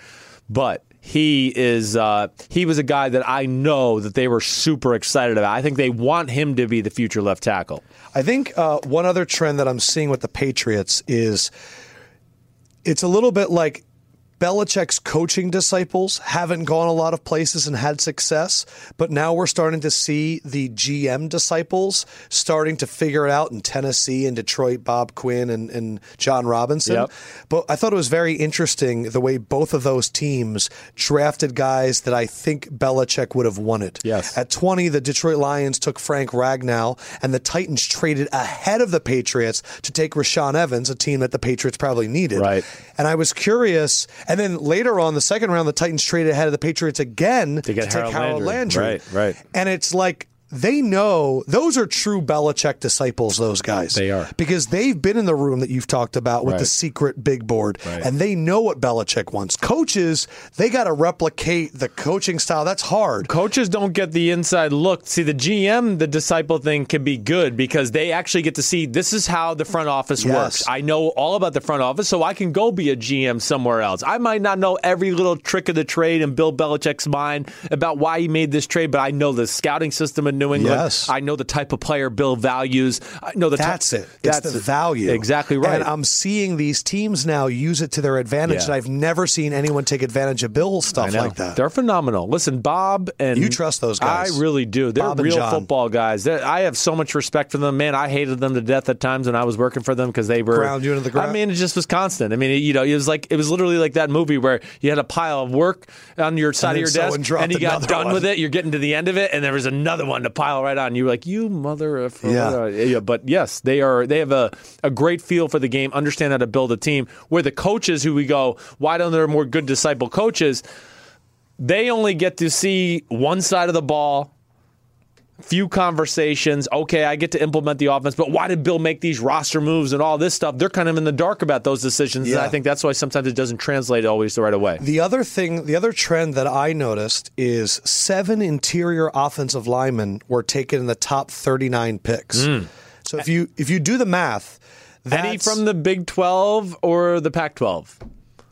Speaker 2: But he is uh, he was a guy that I know that they were super excited about. I think they want him to be the future left tackle.
Speaker 1: I think uh, one other trend that I'm seeing with the Patriots is it's a little bit like Belichick's coaching disciples haven't gone a lot of places and had success, but now we're starting to see the GM disciples starting to figure it out in Tennessee and Detroit, Bob Quinn and, and John Robinson.
Speaker 2: Yep.
Speaker 1: But I thought it was very interesting the way both of those teams drafted guys that I think Belichick would have wanted.
Speaker 2: Yes.
Speaker 1: At 20, the Detroit Lions took Frank Ragnow, and the Titans traded ahead of the Patriots to take Rashawn Evans, a team that the Patriots probably needed.
Speaker 2: Right.
Speaker 1: And I was curious. And then later on, the second round, the Titans traded ahead of the Patriots again to,
Speaker 2: get
Speaker 1: take
Speaker 2: Harold
Speaker 1: Harold Landry.
Speaker 2: Landry. Right, right.
Speaker 1: And it's like they know those are true Belichick disciples, those guys.
Speaker 2: They are.
Speaker 1: Because they've been in the room that you've talked about with the
Speaker 2: Right.
Speaker 1: secret big board,
Speaker 2: Right.
Speaker 1: and they know what Belichick wants. Coaches, they got to replicate the coaching style. That's hard.
Speaker 2: Coaches don't get the inside look. See, the GM, the disciple thing can be good because they actually get to see this is how the front office
Speaker 1: Yes.
Speaker 2: works. I know all about the front office, so I can go be a GM somewhere else. I might not know every little trick of the trade in Bill Belichick's mind about why he made this trade, but I know the scouting system in New England.
Speaker 1: Yes.
Speaker 2: I know the type of player Bill values. I know the type-
Speaker 1: That's it. That's the
Speaker 2: it.
Speaker 1: value.
Speaker 2: Exactly right.
Speaker 1: And I'm seeing these teams now use it to their advantage.
Speaker 2: Yeah.
Speaker 1: And I've never seen anyone take advantage of Bill
Speaker 2: I
Speaker 1: stuff
Speaker 2: know.
Speaker 1: like that.
Speaker 2: They're phenomenal. Listen, Bob and
Speaker 1: You trust those guys.
Speaker 2: I really do. They're
Speaker 1: Bob and
Speaker 2: real
Speaker 1: John.
Speaker 2: football guys. They're- I have so much respect for them. Man, I hated them to death at times when I was working for them because they were
Speaker 1: Ground you into the ground.
Speaker 2: I mean, it just was constant. I mean, it, you know, it was like it was literally like that movie where you had a pile of work on your side
Speaker 1: then
Speaker 2: of your
Speaker 1: someone
Speaker 2: desk,
Speaker 1: dropped
Speaker 2: and you got
Speaker 1: another
Speaker 2: done
Speaker 1: one.
Speaker 2: with it. You're getting to the end of it, and there was another one to pile right on. You were like, you mother of
Speaker 1: Yeah.
Speaker 2: yeah, but yes, they are. They have a, a great feel for the game. Understand how to build a team. Where the coaches who we go, why don't there more good disciple coaches? They only get to see one side of the ball. Few conversations. Okay, I get to implement the offense, but why did Bill make these roster moves and all this stuff? They're kind of in the dark about those decisions. And
Speaker 1: Yeah.
Speaker 2: I think that's why sometimes it doesn't translate always right away.
Speaker 1: The other thing, the other trend that I noticed is seven interior offensive linemen were taken in the top 39 picks. So if you if you do the math, that's,
Speaker 2: Hmm. Any from the Big 12 or the Pac 12?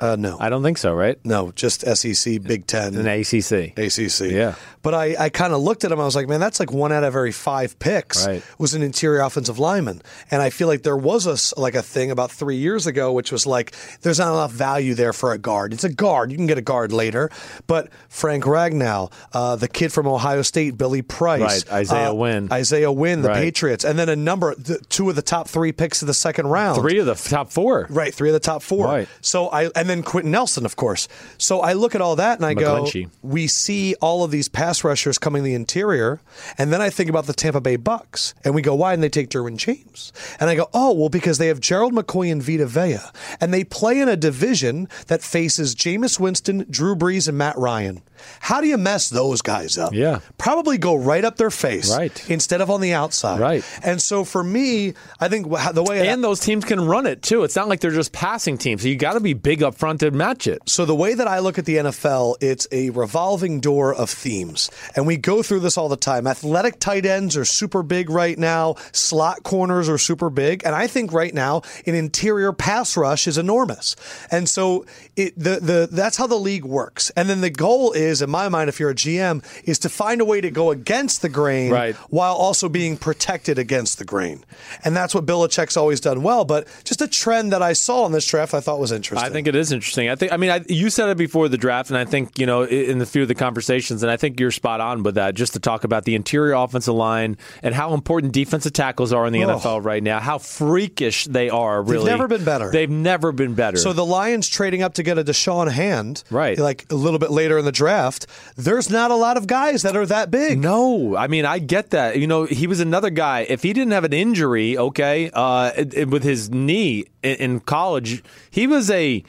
Speaker 1: uh, no
Speaker 2: I don't think so, right?
Speaker 1: no just SEC Big Ten
Speaker 2: An ACC.
Speaker 1: ACC.
Speaker 2: Yeah.
Speaker 1: But I, I kind of looked at him. I was like, man, that's like one out of every five picks
Speaker 2: Right.
Speaker 1: was an interior offensive lineman. And I feel like there was a, s- like a thing about three years ago, which was like, there's not enough value there for a guard. It's a guard. You can get a guard later. But Frank Ragnow, uh, the kid from Ohio State, Billy Price. uh,
Speaker 2: Right. Isaiah Wynn.
Speaker 1: Isaiah Wynn, the
Speaker 2: Right.
Speaker 1: Patriots. And then a number, th- two of the top three picks of the second round.
Speaker 2: Three of the f- top four.
Speaker 1: Right, three of the top four.
Speaker 2: Right.
Speaker 1: So I and then Quentin Nelson, of course. So I look at all that and I
Speaker 2: McGlinchey.
Speaker 1: go, we see all of these pass rushers coming the interior, and then I think about the Tampa Bay Bucks, and we go, why didn't they take Derwin James? And I go, oh well, because they have Gerald McCoy and Vita Vea, and they play in a division that faces Jameis Winston, Drew Brees, and Matt Ryan. How do you mess those guys up?
Speaker 2: Yeah.
Speaker 1: probably go right up their face,
Speaker 2: Right.
Speaker 1: instead of on the outside,
Speaker 2: Right.
Speaker 1: And so for me, I think wh- the way
Speaker 2: And those teams can run it too. It's not like they're just passing teams. You got to be big up fronted matchet.
Speaker 1: So the way that I look at the NFL, it's a revolving door of themes. And we go through this all the time. Athletic tight ends are super big right now. Slot corners are super big. And I think right now an interior pass rush is enormous. And so it the the that's how the league works. And then the goal is, in my mind, if you're a GM, is to find a way to go against the grain
Speaker 2: Right.
Speaker 1: while also being protected against the grain. And that's what Belichick's always done well. But just a trend that I saw in this draft I thought was interesting.
Speaker 2: I think it is interesting. I think. I mean, I, you said it before the draft, and I think you know i- in the few of the conversations, and I think you're spot on with that. Just to talk about the interior offensive line and how important defensive tackles are in the
Speaker 1: Oh.
Speaker 2: NFL right now, how freakish they are. Really,
Speaker 1: never been better.
Speaker 2: They've never been better.
Speaker 1: So the Lions trading up to get a Deshaun Hand,
Speaker 2: Right.
Speaker 1: Like a little bit later in the draft, there's not a lot of guys that are that big.
Speaker 2: No, I mean I get that. You know, he was another guy. If he didn't have an injury, okay, uh, it- it- with his knee in, in college, he was a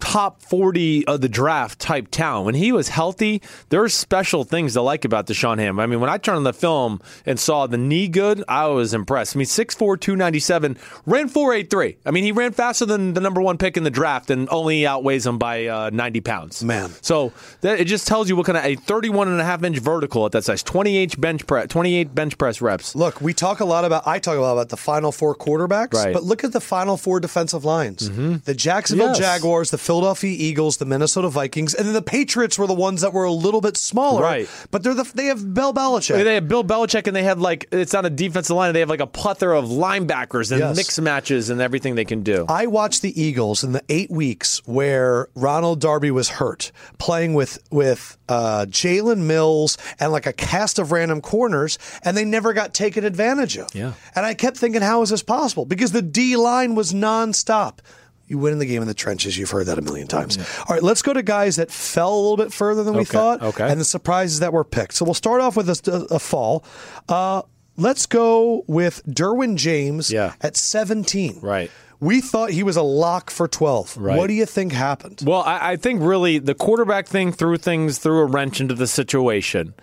Speaker 2: top forty of the draft type talent. When he was healthy, there are special things to like about Deshaun Ham. I mean, when I turned on the film and saw the knee good, I was impressed. I mean, 6'4", 297, ran four eight three. I mean, he ran faster than the number one pick in the draft, and only outweighs him by uh, ninety pounds.
Speaker 1: Man.
Speaker 2: So that, it just tells you what kind of a 31 and a half inch vertical at that size, 28 bench press, 28 bench press reps.
Speaker 1: Look, we talk a lot about I talk a lot about the final four quarterbacks,
Speaker 2: Right. Mm-hmm.
Speaker 1: but look at the final four defensive lines. The Jacksonville
Speaker 2: Yes.
Speaker 1: Jaguars, the Philadelphia Eagles, the Minnesota Vikings, and then the Patriots were the ones that were a little bit smaller.
Speaker 2: Right.
Speaker 1: But they're the they have Bill Belichick.
Speaker 2: They have Bill Belichick, and they have like it's not a defensive line. They have like a plethora of linebackers and
Speaker 1: Yes. Uh,
Speaker 2: mix matches and everything they can do.
Speaker 1: I watched the Eagles in the eight weeks where Ronald Darby was hurt, playing with with uh, Jalen Mills and like a cast of random corners, and they never got taken advantage of.
Speaker 2: Yeah.
Speaker 1: And I kept thinking, how is this possible? Because the D line was nonstop. You win in the game in the trenches. You've heard that a million times. All right, let's go to guys that fell a little bit further than we
Speaker 2: Okay,
Speaker 1: thought,
Speaker 2: okay.
Speaker 1: and the surprises that were picked. So we'll start off with a, a fall. Uh, let's go with Derwin James
Speaker 2: Yeah.
Speaker 1: at 17.
Speaker 2: Right.
Speaker 1: We thought he was a lock for 12.
Speaker 2: Right.
Speaker 1: What do you think happened?
Speaker 2: Well, I, I think really the quarterback thing threw things threw a wrench into the situation.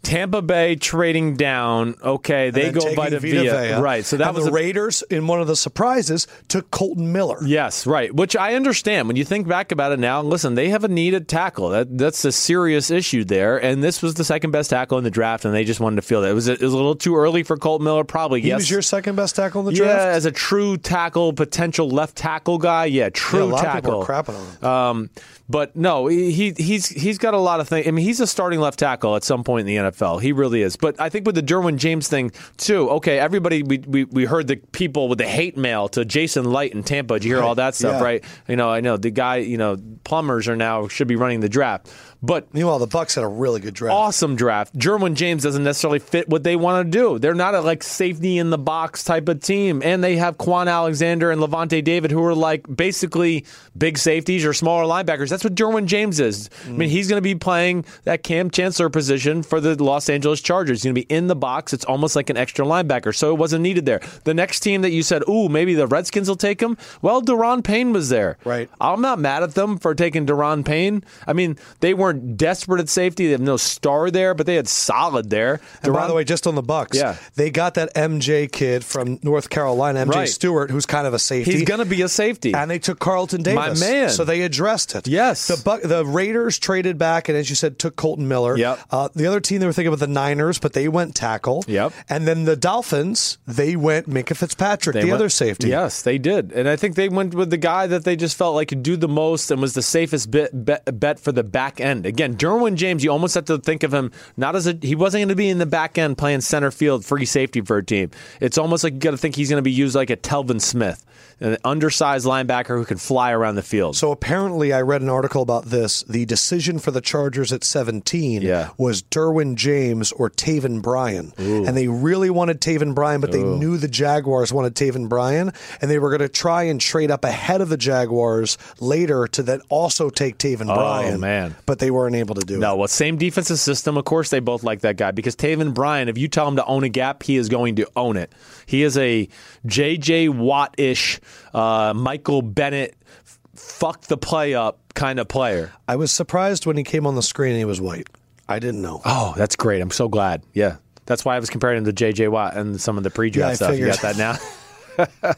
Speaker 2: Tampa Bay trading down. Okay, they
Speaker 1: And
Speaker 2: go
Speaker 1: taking
Speaker 2: Vita,
Speaker 1: Vita
Speaker 2: Vea.
Speaker 1: Vea.
Speaker 2: Right. So that
Speaker 1: And
Speaker 2: was
Speaker 1: the
Speaker 2: a,
Speaker 1: Raiders in one of the surprises took Colton Miller.
Speaker 2: Yes, right. Which I understand when you think back about it now. Listen, they have a needed tackle. That that's a serious issue there, and this was the second best tackle in the draft, and they just wanted to feel that it was a, it was a little too early for Colt Miller. Probably
Speaker 1: He
Speaker 2: yes.
Speaker 1: was your second best tackle in the
Speaker 2: yeah,
Speaker 1: draft.
Speaker 2: as a true tackle, potential left tackle guy. Yeah, true
Speaker 1: Yeah, a lot
Speaker 2: tackle.
Speaker 1: of people are crapping on him.
Speaker 2: Um, but no, he he's he's got a lot of things. I mean, he's a starting left tackle at some point in the NFL. He really is. But I think with the Derwin James thing too. Okay, everybody we, we, we heard the people with the hate mail to Jason Light in Tampa. Did you hear all that stuff?
Speaker 1: yeah.
Speaker 2: Right? You know, I know the guy. You know, plumbers are now should be running the draft, but.
Speaker 1: Meanwhile, the Bucks had a really good draft.
Speaker 2: Awesome draft. Derwin James doesn't necessarily fit what they want to do. They're not a like safety in the box type of team, and they have Quan Alexander and Levante David, who are like basically big safeties or smaller linebackers. That's what Derwin James is. I mean, he's going to be playing that Cam Chancellor position for the Los Angeles Chargers. He's going to be in the box. It's almost like an extra linebacker, so it wasn't needed there. The next team that you said, "Ooh, maybe the Redskins will take him." Well, Deron Payne was there.
Speaker 1: Right.
Speaker 2: I'm not mad at them for taking Deron Payne. I mean, they weren't desperate at safety. They have no star there, but they had solid there.
Speaker 1: And by
Speaker 2: Daron-
Speaker 1: the way, just on the Bucks,
Speaker 2: Yeah.
Speaker 1: they got that MJ kid from North Carolina, MJ
Speaker 2: Right.
Speaker 1: Stewart, who's kind of a safety.
Speaker 2: he's going to be a safety.
Speaker 1: And they took Carlton
Speaker 2: My
Speaker 1: Davis.
Speaker 2: man.
Speaker 1: So they addressed it.
Speaker 2: Yes.
Speaker 1: The Buc- the Raiders traded back and, as you said, took Colton Miller.
Speaker 2: Yep.
Speaker 1: Uh, the other team they were thinking about the Niners, but they went tackle.
Speaker 2: Yep.
Speaker 1: And then the Dolphins, they went Minka Fitzpatrick,
Speaker 2: They
Speaker 1: the
Speaker 2: went-
Speaker 1: other safety.
Speaker 2: Yes, they did, and I think they went with the guy that they just felt like could do the most and was the safest bet, bet, bet for the back end. Again, Derwin James, you almost have to think of him not as a he wasn't going to be in the back end playing center field free safety for a team. It's almost like you got to think he's going to be used like a Telvin Smith, an undersized linebacker who can fly around the field.
Speaker 1: So apparently, I read an article about this. The decision for the Chargers at 17
Speaker 2: Yeah.
Speaker 1: was Derwin James or Taven Bryan. And they really wanted Taven Bryan, but they knew the Jaguars wanted Taven Bryan. And they were going to try and trade up ahead of the Jaguars later to then also take Taven Bryan.
Speaker 2: Oh, man.
Speaker 1: But they weren't able to do
Speaker 2: No,
Speaker 1: it.
Speaker 2: well, same defensive system. Of course, they both like that guy because Taven Bryan, if you tell him to own a gap, he is going to own it. He is a J.J. Watt ish, uh, Michael Bennett, f- fuck the play up kind of player.
Speaker 1: I was surprised when he came on the screen and he was white. I didn't know.
Speaker 2: Oh, that's great. I'm so glad. Yeah. That's why I was comparing him to J.J. Watt and some of the pre draft
Speaker 1: Yeah, I
Speaker 2: stuff. You
Speaker 1: figured.
Speaker 2: got that now?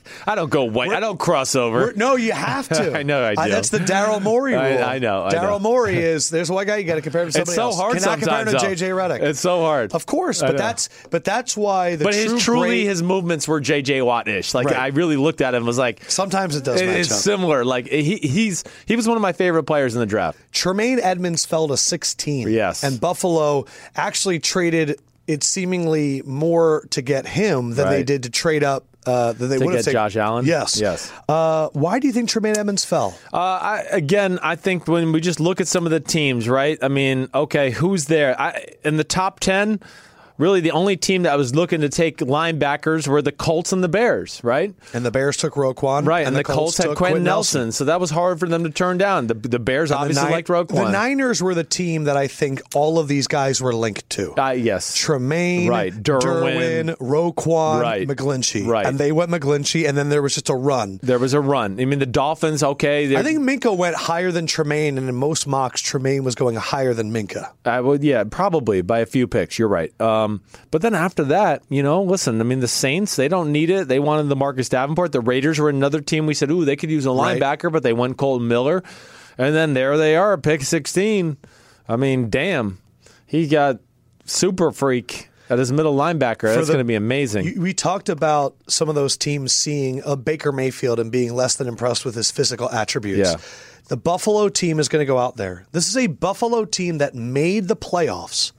Speaker 2: I don't go white. I don't cross over.
Speaker 1: We're- no, you have to.
Speaker 2: I know I
Speaker 1: Uh,
Speaker 2: do.
Speaker 1: that's the Daryl Morey rule.
Speaker 2: I- I know, I know.
Speaker 1: Daryl Morey is there's a white guy you got to compare him to somebody
Speaker 2: It's so
Speaker 1: else.
Speaker 2: hard
Speaker 1: Cannot compare him
Speaker 2: sometimes.
Speaker 1: to
Speaker 2: though.
Speaker 1: JJ Redick.
Speaker 2: It's so hard.
Speaker 1: of course,
Speaker 2: I
Speaker 1: but
Speaker 2: know.
Speaker 1: that's but that's why the
Speaker 2: But
Speaker 1: true
Speaker 2: his truly
Speaker 1: great-
Speaker 2: his movements were JJ Watt-ish. Like
Speaker 1: Right.
Speaker 2: I really looked at him and was like,
Speaker 1: sometimes it does
Speaker 2: it-
Speaker 1: match
Speaker 2: it's
Speaker 1: up.
Speaker 2: similar. Like he he's he was one of my favorite players in the draft.
Speaker 1: Tremaine Edmonds fell to 16.
Speaker 2: Yes.
Speaker 1: And Buffalo actually traded it seemingly more to get him than they
Speaker 2: Right.
Speaker 1: did to trade up. Uh, than they
Speaker 2: To
Speaker 1: would have
Speaker 2: get Josh Allen?
Speaker 1: Yes.
Speaker 2: Yes.
Speaker 1: Uh, why do you think Tremaine Edmonds fell?
Speaker 2: Uh, I, again, I think when we just look at some of the teams, right? I mean, okay, who's there? I, in the top 10, really the only team that I was looking to take linebackers were the Colts and the Bears, right?
Speaker 1: and the Bears took Roquan.
Speaker 2: Right, and, the, Colts, had
Speaker 1: took
Speaker 2: Quentin
Speaker 1: Quinn
Speaker 2: Nelson, so that was hard for them to turn down. The, the Bears
Speaker 1: The
Speaker 2: obviously
Speaker 1: Ni-
Speaker 2: liked Roquan.
Speaker 1: The Niners were the team that I think all of these guys were linked to.
Speaker 2: Uh, yes.
Speaker 1: Tremaine,
Speaker 2: Right, Derwin.
Speaker 1: Derwin, Roquan,
Speaker 2: Right.
Speaker 1: McGlinchey.
Speaker 2: Right.
Speaker 1: And they went McGlinchey, and then there was just a run.
Speaker 2: There was a run. I mean, the Dolphins, okay. they're-
Speaker 1: I think Minka went higher than Tremaine, and in most mocks, Tremaine was going higher than Minka.
Speaker 2: I would, yeah, probably by a few picks. You're right. Um, but then after that, you know, listen, I mean, the Saints, they don't need it. They wanted the Marcus Davenport. The Raiders were another team. We said, ooh, they could use a
Speaker 1: Right.
Speaker 2: linebacker, but they went Colton Miller. And then there they are, pick 16. I mean, damn. He got super freak at his middle linebacker. That's
Speaker 1: the-
Speaker 2: going to be amazing.
Speaker 1: You- We talked about some of those teams seeing a Baker Mayfield and being less than impressed with his physical attributes.
Speaker 2: Yeah.
Speaker 1: The Buffalo team is going to go out there. This is a Buffalo team that made the playoffs.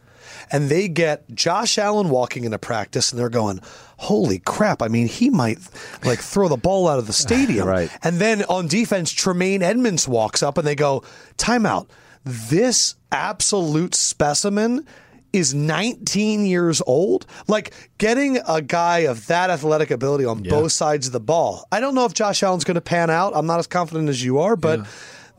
Speaker 1: And they get Josh Allen walking into practice and they're going, Holy crap. I mean, he might like throw the ball out of the stadium.
Speaker 2: Right.
Speaker 1: And then on defense, Tremaine Edmonds walks up and they go, Timeout. This absolute specimen is 19 years old. Like getting a guy of that athletic ability on both sides of the ball. I don't know if Josh Allen's going to pan out. I'm not as confident as you are, but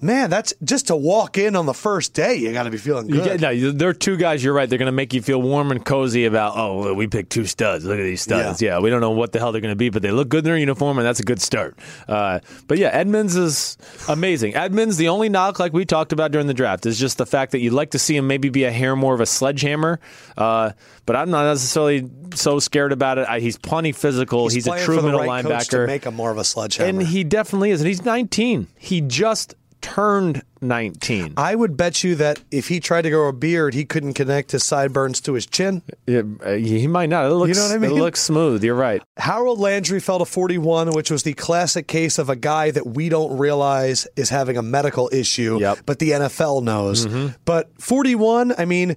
Speaker 1: man, that's just to walk in on the first day, you got to be feeling good.
Speaker 2: You get, no, you- there are two guys. You're right. They're going to make you feel warm and cozy about. Oh, well, we picked two studs. Look at these studs. Yeah, we don't know what the hell they're going to be, but they look good in their uniform, and that's a good start. Uh, but yeah, Edmonds is amazing. Edmonds, the only knock like we talked about during the draft is just the fact that you'd like to see him maybe be a hair more of a sledgehammer. Uh, but I'm not necessarily so scared about it. I, he's plenty physical. He's, a
Speaker 1: playing
Speaker 2: true
Speaker 1: for the
Speaker 2: middle
Speaker 1: right
Speaker 2: linebacker.
Speaker 1: coach to make him more of a sledgehammer.
Speaker 2: and he definitely is. And he's 19. He just turned 19.
Speaker 1: I would bet you that if he tried to grow a beard, he couldn't connect his sideburns to his chin.
Speaker 2: Yeah, uh, he might not. It looks,
Speaker 1: know what I
Speaker 2: It
Speaker 1: mean?
Speaker 2: looks smooth. You're right.
Speaker 1: Harold Landry fell to 41, which was the classic case of a guy that we don't realize is having a medical issue,
Speaker 2: Yep. Mm-hmm.
Speaker 1: but the NFL knows. But 41, I mean,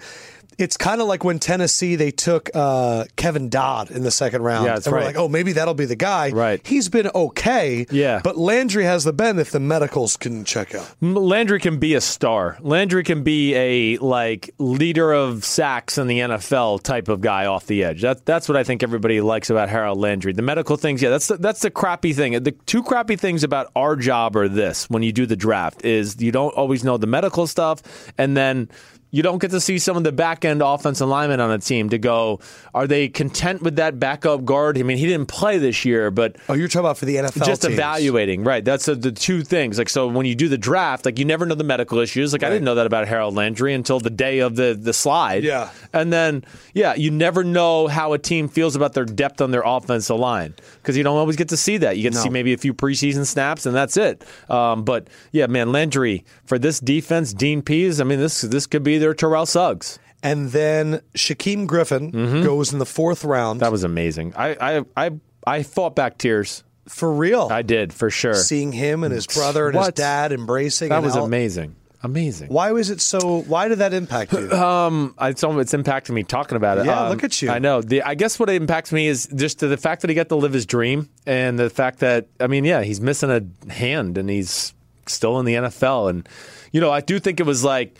Speaker 1: it's kind of like when Tennessee they took uh, Kevin Dodd in the second round,
Speaker 2: Yeah, that's
Speaker 1: and we're
Speaker 2: right.
Speaker 1: like, oh, maybe that'll be the guy.
Speaker 2: Right.
Speaker 1: He's been okay.
Speaker 2: Yeah.
Speaker 1: But Landry has the bend if the medicals can check out.
Speaker 2: M- Landry can be a star. Landry can be a like leader of sacks in the NFL type of guy off the edge. That's that's what I think everybody likes about Harold Landry. The medical things, yeah, that's the, that's the crappy thing. The two crappy things about our job are this: when you do the draft, is you don't always know the medical stuff, and then. You don't get to see some of the back end offensive linemen on a team to go, are they content with that backup guard? I mean, he didn't play this year, but
Speaker 1: Oh, you're talking about for the NFL.
Speaker 2: just
Speaker 1: teams.
Speaker 2: evaluating, right? That's uh the two things. Like, so when you do the draft, like you never know the medical issues. Like I didn't know that about Harold Landry until the day of the the slide.
Speaker 1: Yeah.
Speaker 2: and then yeah, you never know how a team feels about their depth on their offensive line because you don't always get to see that. You get to
Speaker 1: No.
Speaker 2: see maybe a few preseason snaps and that's it. Um, but yeah, man, Landry for this defense, Dean Pease. I mean, this this could be their Terrell Suggs.
Speaker 1: And then Shaquem Griffin goes in the fourth round.
Speaker 2: Mm-hmm. That was amazing. I I I, I fought back tears.
Speaker 1: for real.
Speaker 2: I did for sure.
Speaker 1: Seeing him and his brother and his
Speaker 2: Mm. What?
Speaker 1: dad embracing.
Speaker 2: that
Speaker 1: and
Speaker 2: was
Speaker 1: all-
Speaker 2: amazing. Amazing.
Speaker 1: Why was it so? Why did that impact you?
Speaker 2: I- it's almost, it's impacting me talking about it. Um,
Speaker 1: Yeah, look at you.
Speaker 2: I know. The, I guess what impacts me is just the, the fact that he got to live his dream, and the fact that I mean, yeah, he's missing a hand, and he's still in the NFL, and you know, I do think it was like,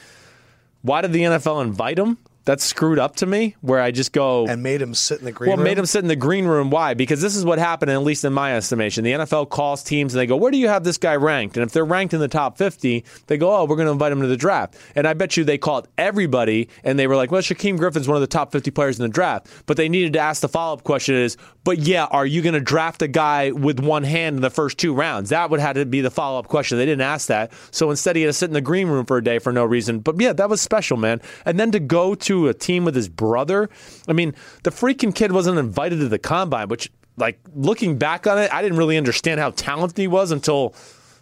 Speaker 2: why did the NFL invite him? That's screwed up to me. Where I just go,
Speaker 1: and made him sit in the green
Speaker 2: well,
Speaker 1: room.
Speaker 2: made him sit in the green room. Why? Because this is what happened, at least in my estimation. The NFL calls teams and they go, Where do you have this guy ranked? And if they're ranked in the top 50, they go, Oh, we're going to invite him to the draft. And I bet you they called everybody and they were like, Well, Shaquem Griffin's one of the top 50 players in the draft. But they needed to ask the follow up question is, But yeah, are you going to draft a guy with one hand in the first two rounds? That would have to be the follow up question. They didn't ask that. So instead, he had to sit in the green room for a day for no reason. But yeah, that was special, man. And then to go to a team with his brother, I mean, the freaking kid wasn't invited to the combine, which like looking back on it, I didn't really understand how talented he was until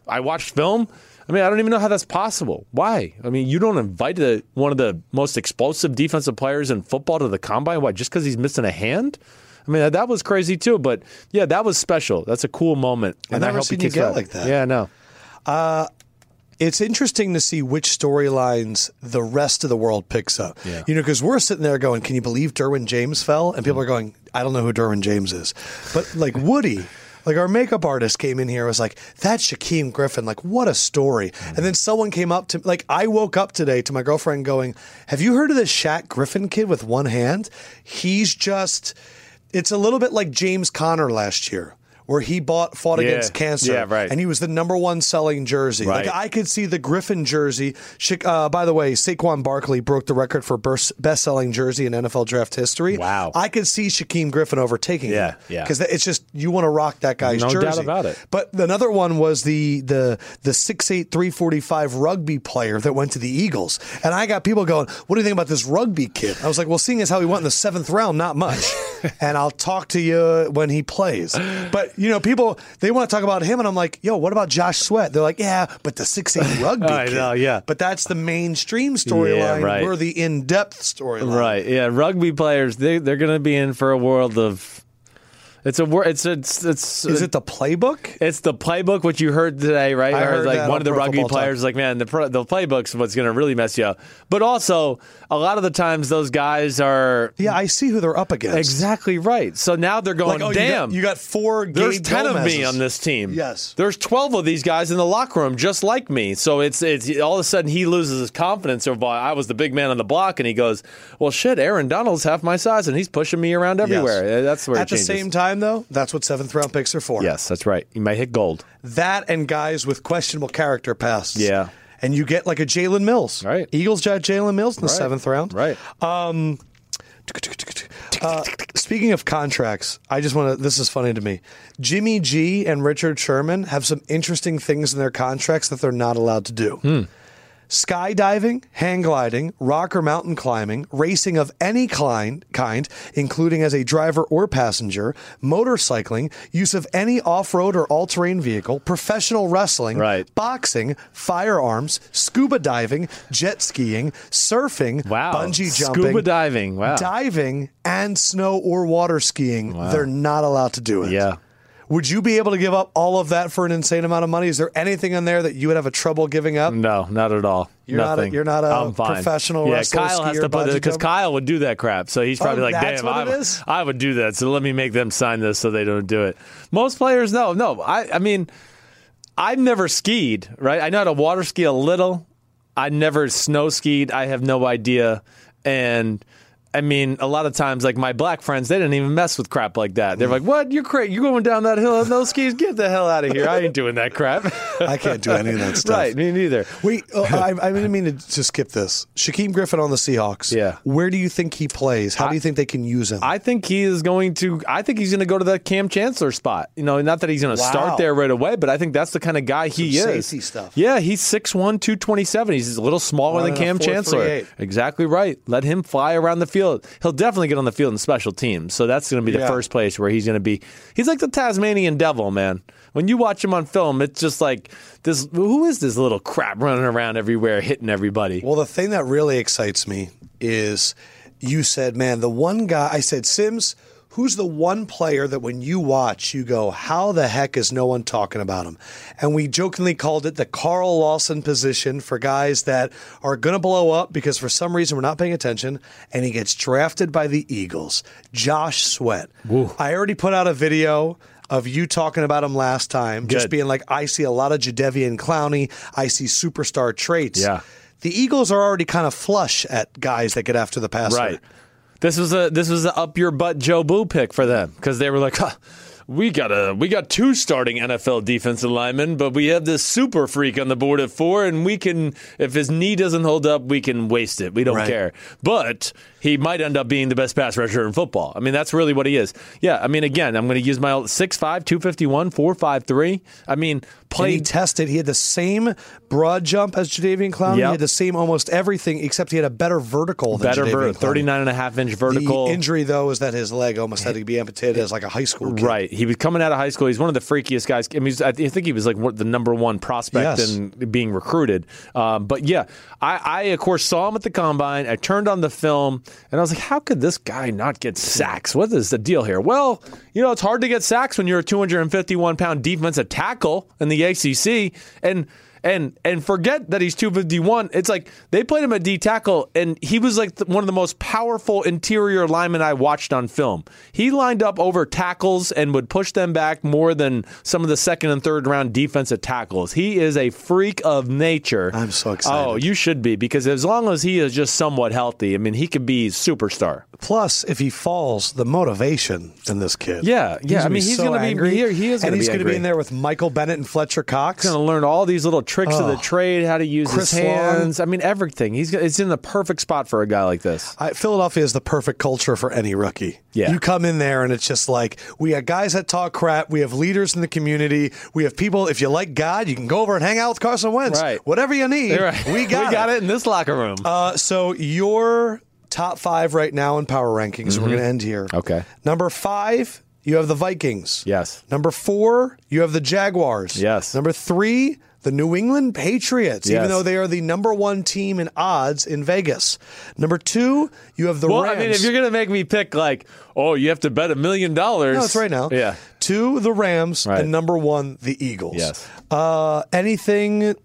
Speaker 2: I watched film. I mean, I don't even know how that's possible. Why? I mean, you don't invite the, one of the most explosive defensive players in football to the combine. Why? Just because he's missing a hand? I mean, that was crazy too. But yeah, that was special. That's a cool moment.
Speaker 1: I've
Speaker 2: I
Speaker 1: never
Speaker 2: hope he
Speaker 1: seen you
Speaker 2: kicks
Speaker 1: get
Speaker 2: butt.
Speaker 1: like that.
Speaker 2: Yeah, I know.
Speaker 1: it's interesting to see which storylines the rest of the world picks up.
Speaker 2: Yeah.
Speaker 1: You know, because we're sitting there going, "Can you believe Derwin James fell?" And people are going, "I don't know who Derwin James is," but like Woody. Like our makeup artist came in here and was like, "That's Shaquem Griffin. Like, what a story!"
Speaker 2: Mm-hmm.
Speaker 1: And then someone came up to like, I woke up today to my girlfriend going, "Have you heard of this Shaq Griffin kid with one hand? He's just, it's a little bit like James Conner last year, where he bought fought
Speaker 2: Yeah.
Speaker 1: against cancer,
Speaker 2: Yeah, right.
Speaker 1: And he was the number one selling jersey.
Speaker 2: Right.
Speaker 1: Like I could see the Griffin jersey. Chi- Uh, by the way, Saquon Barkley broke the record for best selling jersey in NFL draft history.
Speaker 2: Wow.
Speaker 1: I could see Shaquem Griffin overtaking
Speaker 2: Yeah,
Speaker 1: him.
Speaker 2: yeah.
Speaker 1: Because it's just you want to rock that guy's
Speaker 2: No
Speaker 1: jersey.
Speaker 2: doubt about it.
Speaker 1: But another one was the the the six eight three forty five rugby player that went to the Eagles, and I got people going, "What do you think about this rugby kid?" I was like, "Well, seeing as how he went in the seventh round, not much." and I'll talk to you when he plays. But you know, people they want to talk about him, and I'm like, "Yo, what about Josh Sweat?" They're like, "Yeah, but the six eight rugby."
Speaker 2: I
Speaker 1: kid."
Speaker 2: know, yeah.
Speaker 1: But that's the mainstream storyline.
Speaker 2: right.
Speaker 1: We're the in depth storyline.
Speaker 2: Right. Yeah. Rugby players, they, they're going to be in for a world of. It's a wor- it's it's it's
Speaker 1: Is it the playbook?
Speaker 2: it's the playbook what you heard today, right?
Speaker 1: I
Speaker 2: Or,
Speaker 1: heard
Speaker 2: like
Speaker 1: that
Speaker 2: one
Speaker 1: on
Speaker 2: of the
Speaker 1: Pro
Speaker 2: rugby
Speaker 1: Football Talk.
Speaker 2: players, like man, the pro- the playbook's what's going to really mess you up. But also, a lot of the times those guys are
Speaker 1: Yeah, I see who they're up against.
Speaker 2: exactly right. So now they're going,
Speaker 1: Like, oh, you got-
Speaker 2: damn,
Speaker 1: you got, four. Gabe
Speaker 2: there's ten of me
Speaker 1: Gomez's.
Speaker 2: on this team.
Speaker 1: Yes.
Speaker 2: there's twelve of these guys in the locker room just like me. So it's it's all of a sudden he loses his confidence of I was the big man on the block, and he goes, well, shit, Aaron Donald's half my size, and he's pushing me around everywhere.
Speaker 1: Yes.
Speaker 2: That's where it
Speaker 1: At the
Speaker 2: changes.
Speaker 1: same time, though, that's what seventh round picks are for.
Speaker 2: Yes, that's right. You might hit gold.
Speaker 1: That and guys with questionable character pasts.
Speaker 2: Yeah.
Speaker 1: And you get like a Jalen Mills.
Speaker 2: Right.
Speaker 1: Eagles got Jalen Mills in the
Speaker 2: Right.
Speaker 1: seventh round.
Speaker 2: Right.
Speaker 1: Uh, speaking of contracts, I just want to. This is funny to me. Jimmy G and Richard Sherman have some interesting things in their contracts that they're not allowed to do.
Speaker 2: Hmm.
Speaker 1: Skydiving, hang gliding, rock or mountain climbing, racing of any kind, kind, including as a driver or passenger, motorcycling, use of any off-road or all-terrain vehicle, professional wrestling,
Speaker 2: Right.
Speaker 1: boxing, firearms, scuba diving, jet skiing, surfing,
Speaker 2: Wow.
Speaker 1: bungee
Speaker 2: Scuba
Speaker 1: jumping,
Speaker 2: diving. Wow.
Speaker 1: diving, and snow or water skiing. They're not allowed to do it.
Speaker 2: Yeah.
Speaker 1: Would you be able to give up all of that for an insane amount of money? Is there anything in there that you would have a trouble giving up?
Speaker 2: No, not at all.
Speaker 1: You're not a-
Speaker 2: Nothing.
Speaker 1: you're not a
Speaker 2: I'm fine.
Speaker 1: professional
Speaker 2: Yeah,
Speaker 1: wrestler,
Speaker 2: Kyle has
Speaker 1: skier,
Speaker 2: to put
Speaker 1: bungee
Speaker 2: it because
Speaker 1: jumper?
Speaker 2: Kyle would do that crap. So he's probably
Speaker 1: Oh,
Speaker 2: like,
Speaker 1: that's
Speaker 2: "Damn,
Speaker 1: what
Speaker 2: I,
Speaker 1: it
Speaker 2: would-
Speaker 1: is?
Speaker 2: I would do that." So let me make them sign this so they don't do it. Most players, no, no. I, I mean, I've never skied. Right? I know how to water ski a little. I never snow skied. I have no idea. And I mean, a lot of times, like my black friends, they didn't even mess with crap like that. They're like, "What? You're crazy. You're going down that hill on those skis? Get the hell out of here! I ain't doing that crap."
Speaker 1: I can't do any of that stuff.
Speaker 2: right? Me neither.
Speaker 1: Wait, uh, I, I didn't mean to, to skip this. Shaquem Griffin on the Seahawks.
Speaker 2: Yeah.
Speaker 1: Where do you think he plays? How do you think they can use him?
Speaker 2: I think he is going to. I think he's going to go to that Cam Chancellor spot. You know, not that he's going to
Speaker 1: Wow.
Speaker 2: start there right away, but I think that's the kind of guy he
Speaker 1: Some
Speaker 2: is.
Speaker 1: safety stuff. Uh,
Speaker 2: Yeah, he's 6'1", 227. He's a little smaller
Speaker 1: Rather
Speaker 2: than
Speaker 1: than a
Speaker 2: Cam
Speaker 1: 4'3"8".
Speaker 2: Chancellor. Exactly right. Let him fly around the field. He'll definitely get on the field in special teams. So that's going to be the
Speaker 1: Yeah.
Speaker 2: first place where he's going to be. He's like the Tasmanian devil, man. When you watch him on film, it's just like this. Who is this little crap running around everywhere, hitting everybody?
Speaker 1: Well, the thing that really excites me is you said, man, the one guy, I said, Sims, who's the one player that when you watch, you go, how the heck is no one talking about him? And we jokingly called it the Carl Lawson position for guys that are going to blow up because for some reason we're not paying attention. And he gets drafted by the Eagles, Josh Sweat. I already put out a video. Of you talking about him last time, just
Speaker 2: Good.
Speaker 1: being like, I see a lot of Jadevian Clowney. I see superstar traits.
Speaker 2: Yeah.
Speaker 1: The Eagles are already kind of flush at guys that get after the passer.
Speaker 2: Right. This was a this was a up your butt Joe Boo pick for them because they were like, huh, we got a we got two starting NFL defensive linemen, but we have this super freak on the board at four, and we can if his knee doesn't hold up, we can waste it. We don't
Speaker 1: Right.
Speaker 2: care. But he might end up being the best pass rusher in football. I mean, that's really what he is. Yeah, I mean, again, I'm going to use my old 6'5", 251, 453. I mean,
Speaker 1: And he
Speaker 2: play
Speaker 1: tested. He had the same broad jump as Jadavian Clowney.
Speaker 2: Yep.
Speaker 1: He had the same almost everything, exect he had a better vertical than
Speaker 2: better
Speaker 1: Jadeveon
Speaker 2: ver-
Speaker 1: Clowney.
Speaker 2: 39 and a half inch vertical.
Speaker 1: The injury, though, is that his leg almost had to be amputated as like a high school kid.
Speaker 2: Right. He was coming out of high school. He's one of the freakiest guys. I mean, he's- I th- I think he was like one- the number one prospect
Speaker 1: Yes.
Speaker 2: in being recruited. Um, but yeah, I, I, of course, saw him at the combine. I turned on the film and I was like, how could this guy not get sacks? What is the deal here? Well, you know, it's hard to get sacks when you're a 251 pound defensive tackle in the ACC. And and and forget that he's 251. It's like they played him at D tackle, and he was like the, one of the most powerful interior linemen I watched on film. He lined up over tackles and would push them back more than some of the second and third round defensive tackles. He is a freak of nature.
Speaker 1: I'm so excited.
Speaker 2: Oh, you should be because as long as he is just somewhat healthy, I mean, he could be a superstar.
Speaker 1: Plus, if he falls, the motivation in this kid.
Speaker 2: Yeah, yeah. I mean, he's
Speaker 1: so
Speaker 2: gonna be-
Speaker 1: angry,
Speaker 2: he- he is
Speaker 1: and
Speaker 2: gonna
Speaker 1: he's
Speaker 2: be
Speaker 1: gonna be
Speaker 2: angry.
Speaker 1: in there with Michael Bennett and Fletcher Cox.
Speaker 2: going to learn all these little tricks of the
Speaker 1: Oh.
Speaker 2: trade, how to use
Speaker 1: Chris
Speaker 2: his hands. I mean, everything. He's it's in the perfect spot for a guy like this.
Speaker 1: I, Philadelphia is the perfect culture for any rookie.
Speaker 2: Yeah.
Speaker 1: You come in there and it's just like we have guys that talk crap. We have leaders in the community. We have people. If you like God, you can go over and hang out with Carson Wentz.
Speaker 2: Right.
Speaker 1: Whatever you need, we got
Speaker 2: we got
Speaker 1: it.
Speaker 2: it in this locker room.
Speaker 1: Uh, so your top five right now in power rankings. We're going to end here.
Speaker 2: Mm-hmm. Okay.
Speaker 1: Number five, you have the Vikings.
Speaker 2: Yes.
Speaker 1: Number four, you have the Jaguars.
Speaker 2: Yes.
Speaker 1: Number three, the New England Patriots, even
Speaker 2: Yes.
Speaker 1: though they are the number one team in odds in Vegas. Number two, you have the
Speaker 2: Well,
Speaker 1: Rams.
Speaker 2: I mean, if you're gonna make me pick, like, oh, you have to bet a million dollars.
Speaker 1: no, it's right now.
Speaker 2: Yeah.
Speaker 1: Two, the Rams,
Speaker 2: Right.
Speaker 1: and number one, the Eagles.
Speaker 2: Yes.
Speaker 1: Uh, anything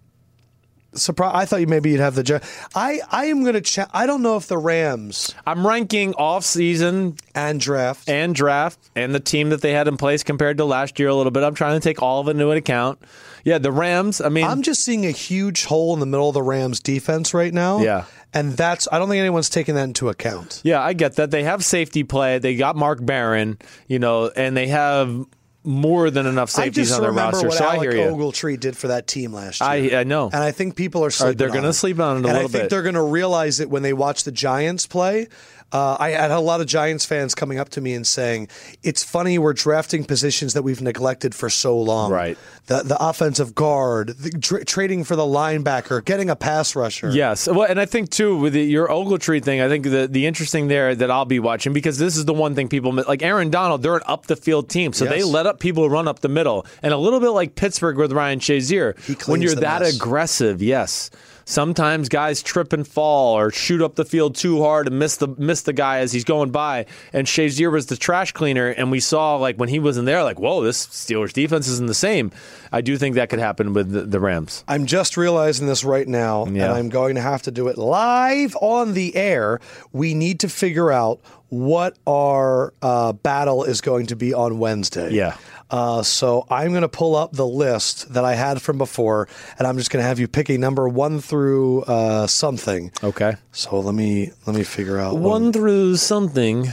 Speaker 1: surprise? I thought you maybe you'd have the. Ja- I I am going to. Cha- I don't know if the Rams
Speaker 2: I'm ranking off season
Speaker 1: and draft.
Speaker 2: and draft and the team that they had in place compared to last year a little bit. I'm trying to take all of it into account. Yeah, the Rams. I mean,
Speaker 1: I'm just seeing a huge hole in the middle of the Rams defense right now.
Speaker 2: Yeah.
Speaker 1: And that's I don't think anyone's taking that into account.
Speaker 2: Yeah, I get that. They have safety play. They got Mark Barron, you know, and they have more than enough
Speaker 1: I
Speaker 2: safeties
Speaker 1: just
Speaker 2: on their
Speaker 1: remember
Speaker 2: roster.
Speaker 1: what
Speaker 2: So I
Speaker 1: Alec
Speaker 2: hear you.
Speaker 1: Ogletree did for that team last
Speaker 2: I-
Speaker 1: year.
Speaker 2: I know.
Speaker 1: and I think people are
Speaker 2: they're
Speaker 1: sleeping. on
Speaker 2: gonna
Speaker 1: it.
Speaker 2: sleep on it
Speaker 1: and
Speaker 2: a
Speaker 1: I
Speaker 2: little
Speaker 1: think
Speaker 2: bit.
Speaker 1: they're going to realize it when they watch the Giants play. Uh, I had a lot of Giants fans coming up to me and saying, "It's funny we're drafting positions that we've neglected for so long.
Speaker 2: Right.
Speaker 1: The the offensive guard, the, tra- trading for the linebacker, getting a pass rusher.
Speaker 2: Yes. Well, and I think too with the, your Ogletree thing, I think the the interesting there that I'll be watching because this is the one thing people mi- like Aaron Donald. They're an up the field team, so they
Speaker 1: Yes.
Speaker 2: let up people run up the middle, and a little bit like Pittsburgh with Ryan Shazier. when
Speaker 1: cleans
Speaker 2: you're
Speaker 1: the
Speaker 2: that
Speaker 1: mess.
Speaker 2: aggressive, yes. Sometimes guys trip and fall or shoot up the field too hard and miss the miss the guy as he's going by. And Shazier was the trash cleaner, and we saw like when he wasn't there, like whoa, this Steelers defense isn't the same. I do think that could happen with the, the Rams.
Speaker 1: I'm just realizing this right now,
Speaker 2: Yeah.
Speaker 1: and I'm going to have to do it live on the air. We need to figure out what our uh, battle is going to be on Wednesday.
Speaker 2: Yeah.
Speaker 1: Uh, so I'm going to pull up the list that I had from before, and I'm just going to have you pick a number one through uh, something.
Speaker 2: Okay.
Speaker 1: So let me let me figure out what-
Speaker 2: one through something.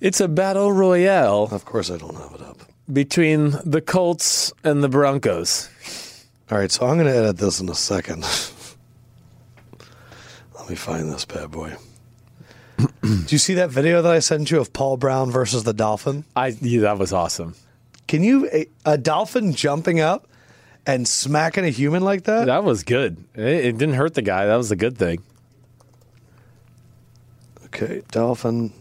Speaker 2: It's a battle royale
Speaker 1: Of course, I don't have it up.
Speaker 2: between the Colts and the Broncos.
Speaker 1: All right, so I'm going to edit this in a second. Let me find this bad boy. Do you see that video that I sent you of Paul Brown versus the dolphin?
Speaker 2: I yeah, that was awesome.
Speaker 1: Can you a, a dolphin jumping up and smacking a human like that?
Speaker 2: That was good. It, it didn't hurt the guy. That was a good thing.
Speaker 1: Okay, dolphin.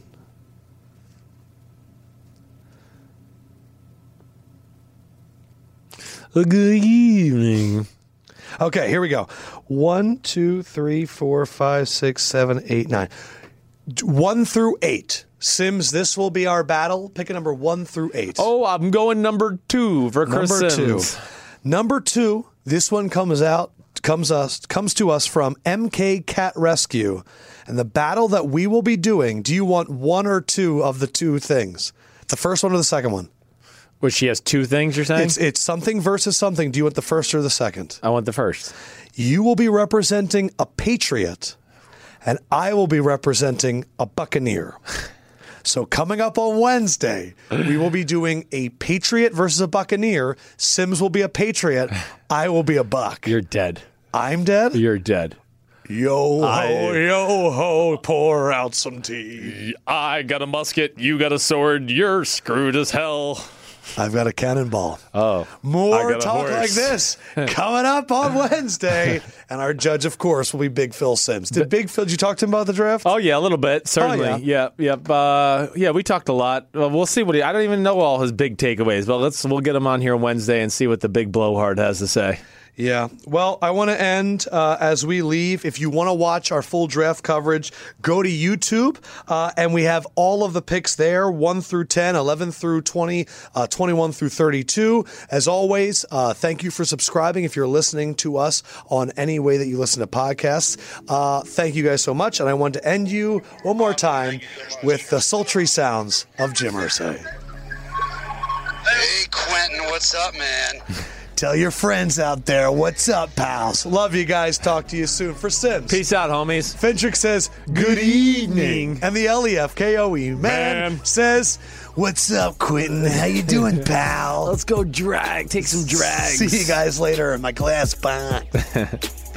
Speaker 2: A good evening.
Speaker 1: Okay, here we go. One, two, three, four, five, six, seven, eight, nine. D- One through eight. Sims, this will be our battle. Pick a number one through eight.
Speaker 2: Oh, I'm going number two for Chris
Speaker 1: Number
Speaker 2: Sims.
Speaker 1: two. Number two. This one comes out comes us comes to us from MK Cat Rescue, and the battle that we will be doing. Do you want one or two of the two things? The first one or the second one?
Speaker 2: Which she has two things. You're saying?
Speaker 1: It's it's something versus something. Do you want the first or the second?
Speaker 2: I want the first.
Speaker 1: You will be representing a patriot, and I will be representing a buccaneer. So coming up on Wednesday, we will be doing a Patriot versus a Buccaneer. Sims will be a Patriot. I will be a Buck.
Speaker 2: You're dead.
Speaker 1: I'm dead.
Speaker 2: You're dead.
Speaker 1: Yo ho,
Speaker 2: I-
Speaker 1: yo ho, pour out some tea.
Speaker 2: I got a musket. You got a sword. You're screwed as hell.
Speaker 1: I've got a cannonball.
Speaker 2: Oh. I
Speaker 1: More
Speaker 2: got a
Speaker 1: talk
Speaker 2: horse.
Speaker 1: like this coming up on Wednesday. and our judge, of course, will be Big Phil Sims. Did Big Phil, did you talk to him about the draft?
Speaker 2: Oh yeah, a little bit certainly.
Speaker 1: yeah.
Speaker 2: yeah, yep. Uh, yeah, we talked a lot. Uh, we'll see what he. I don't even know all his big takeaways, but let's we'll get him on here Wednesday and see what the big blowhard has to say.
Speaker 1: Yeah. Well, I want to end uh, as we leave. If you want to watch our full draft coverage, go to YouTube, uh, and we have all of the picks there 1 through 10, 11 through 20, uh, 21 through 32. As always, uh, thank you for subscribing if you're listening to us on any way that you listen to podcasts. Uh, thank you guys so much. And I want to end you one more time with the sultry sounds of Jim Irsay.
Speaker 6: Hey, Quentin, what's up, man?
Speaker 1: Tell your friends out there what's up, pals. Love you guys. Talk to you soon. For Sims.
Speaker 2: Peace out, homies.
Speaker 1: Fentrick says, Good evening. And the E LEF KOE man,
Speaker 2: Man.
Speaker 1: says, What's up, Quentin? How you doing, pal?
Speaker 2: go drag. Take some
Speaker 1: See you guys later in my glass box.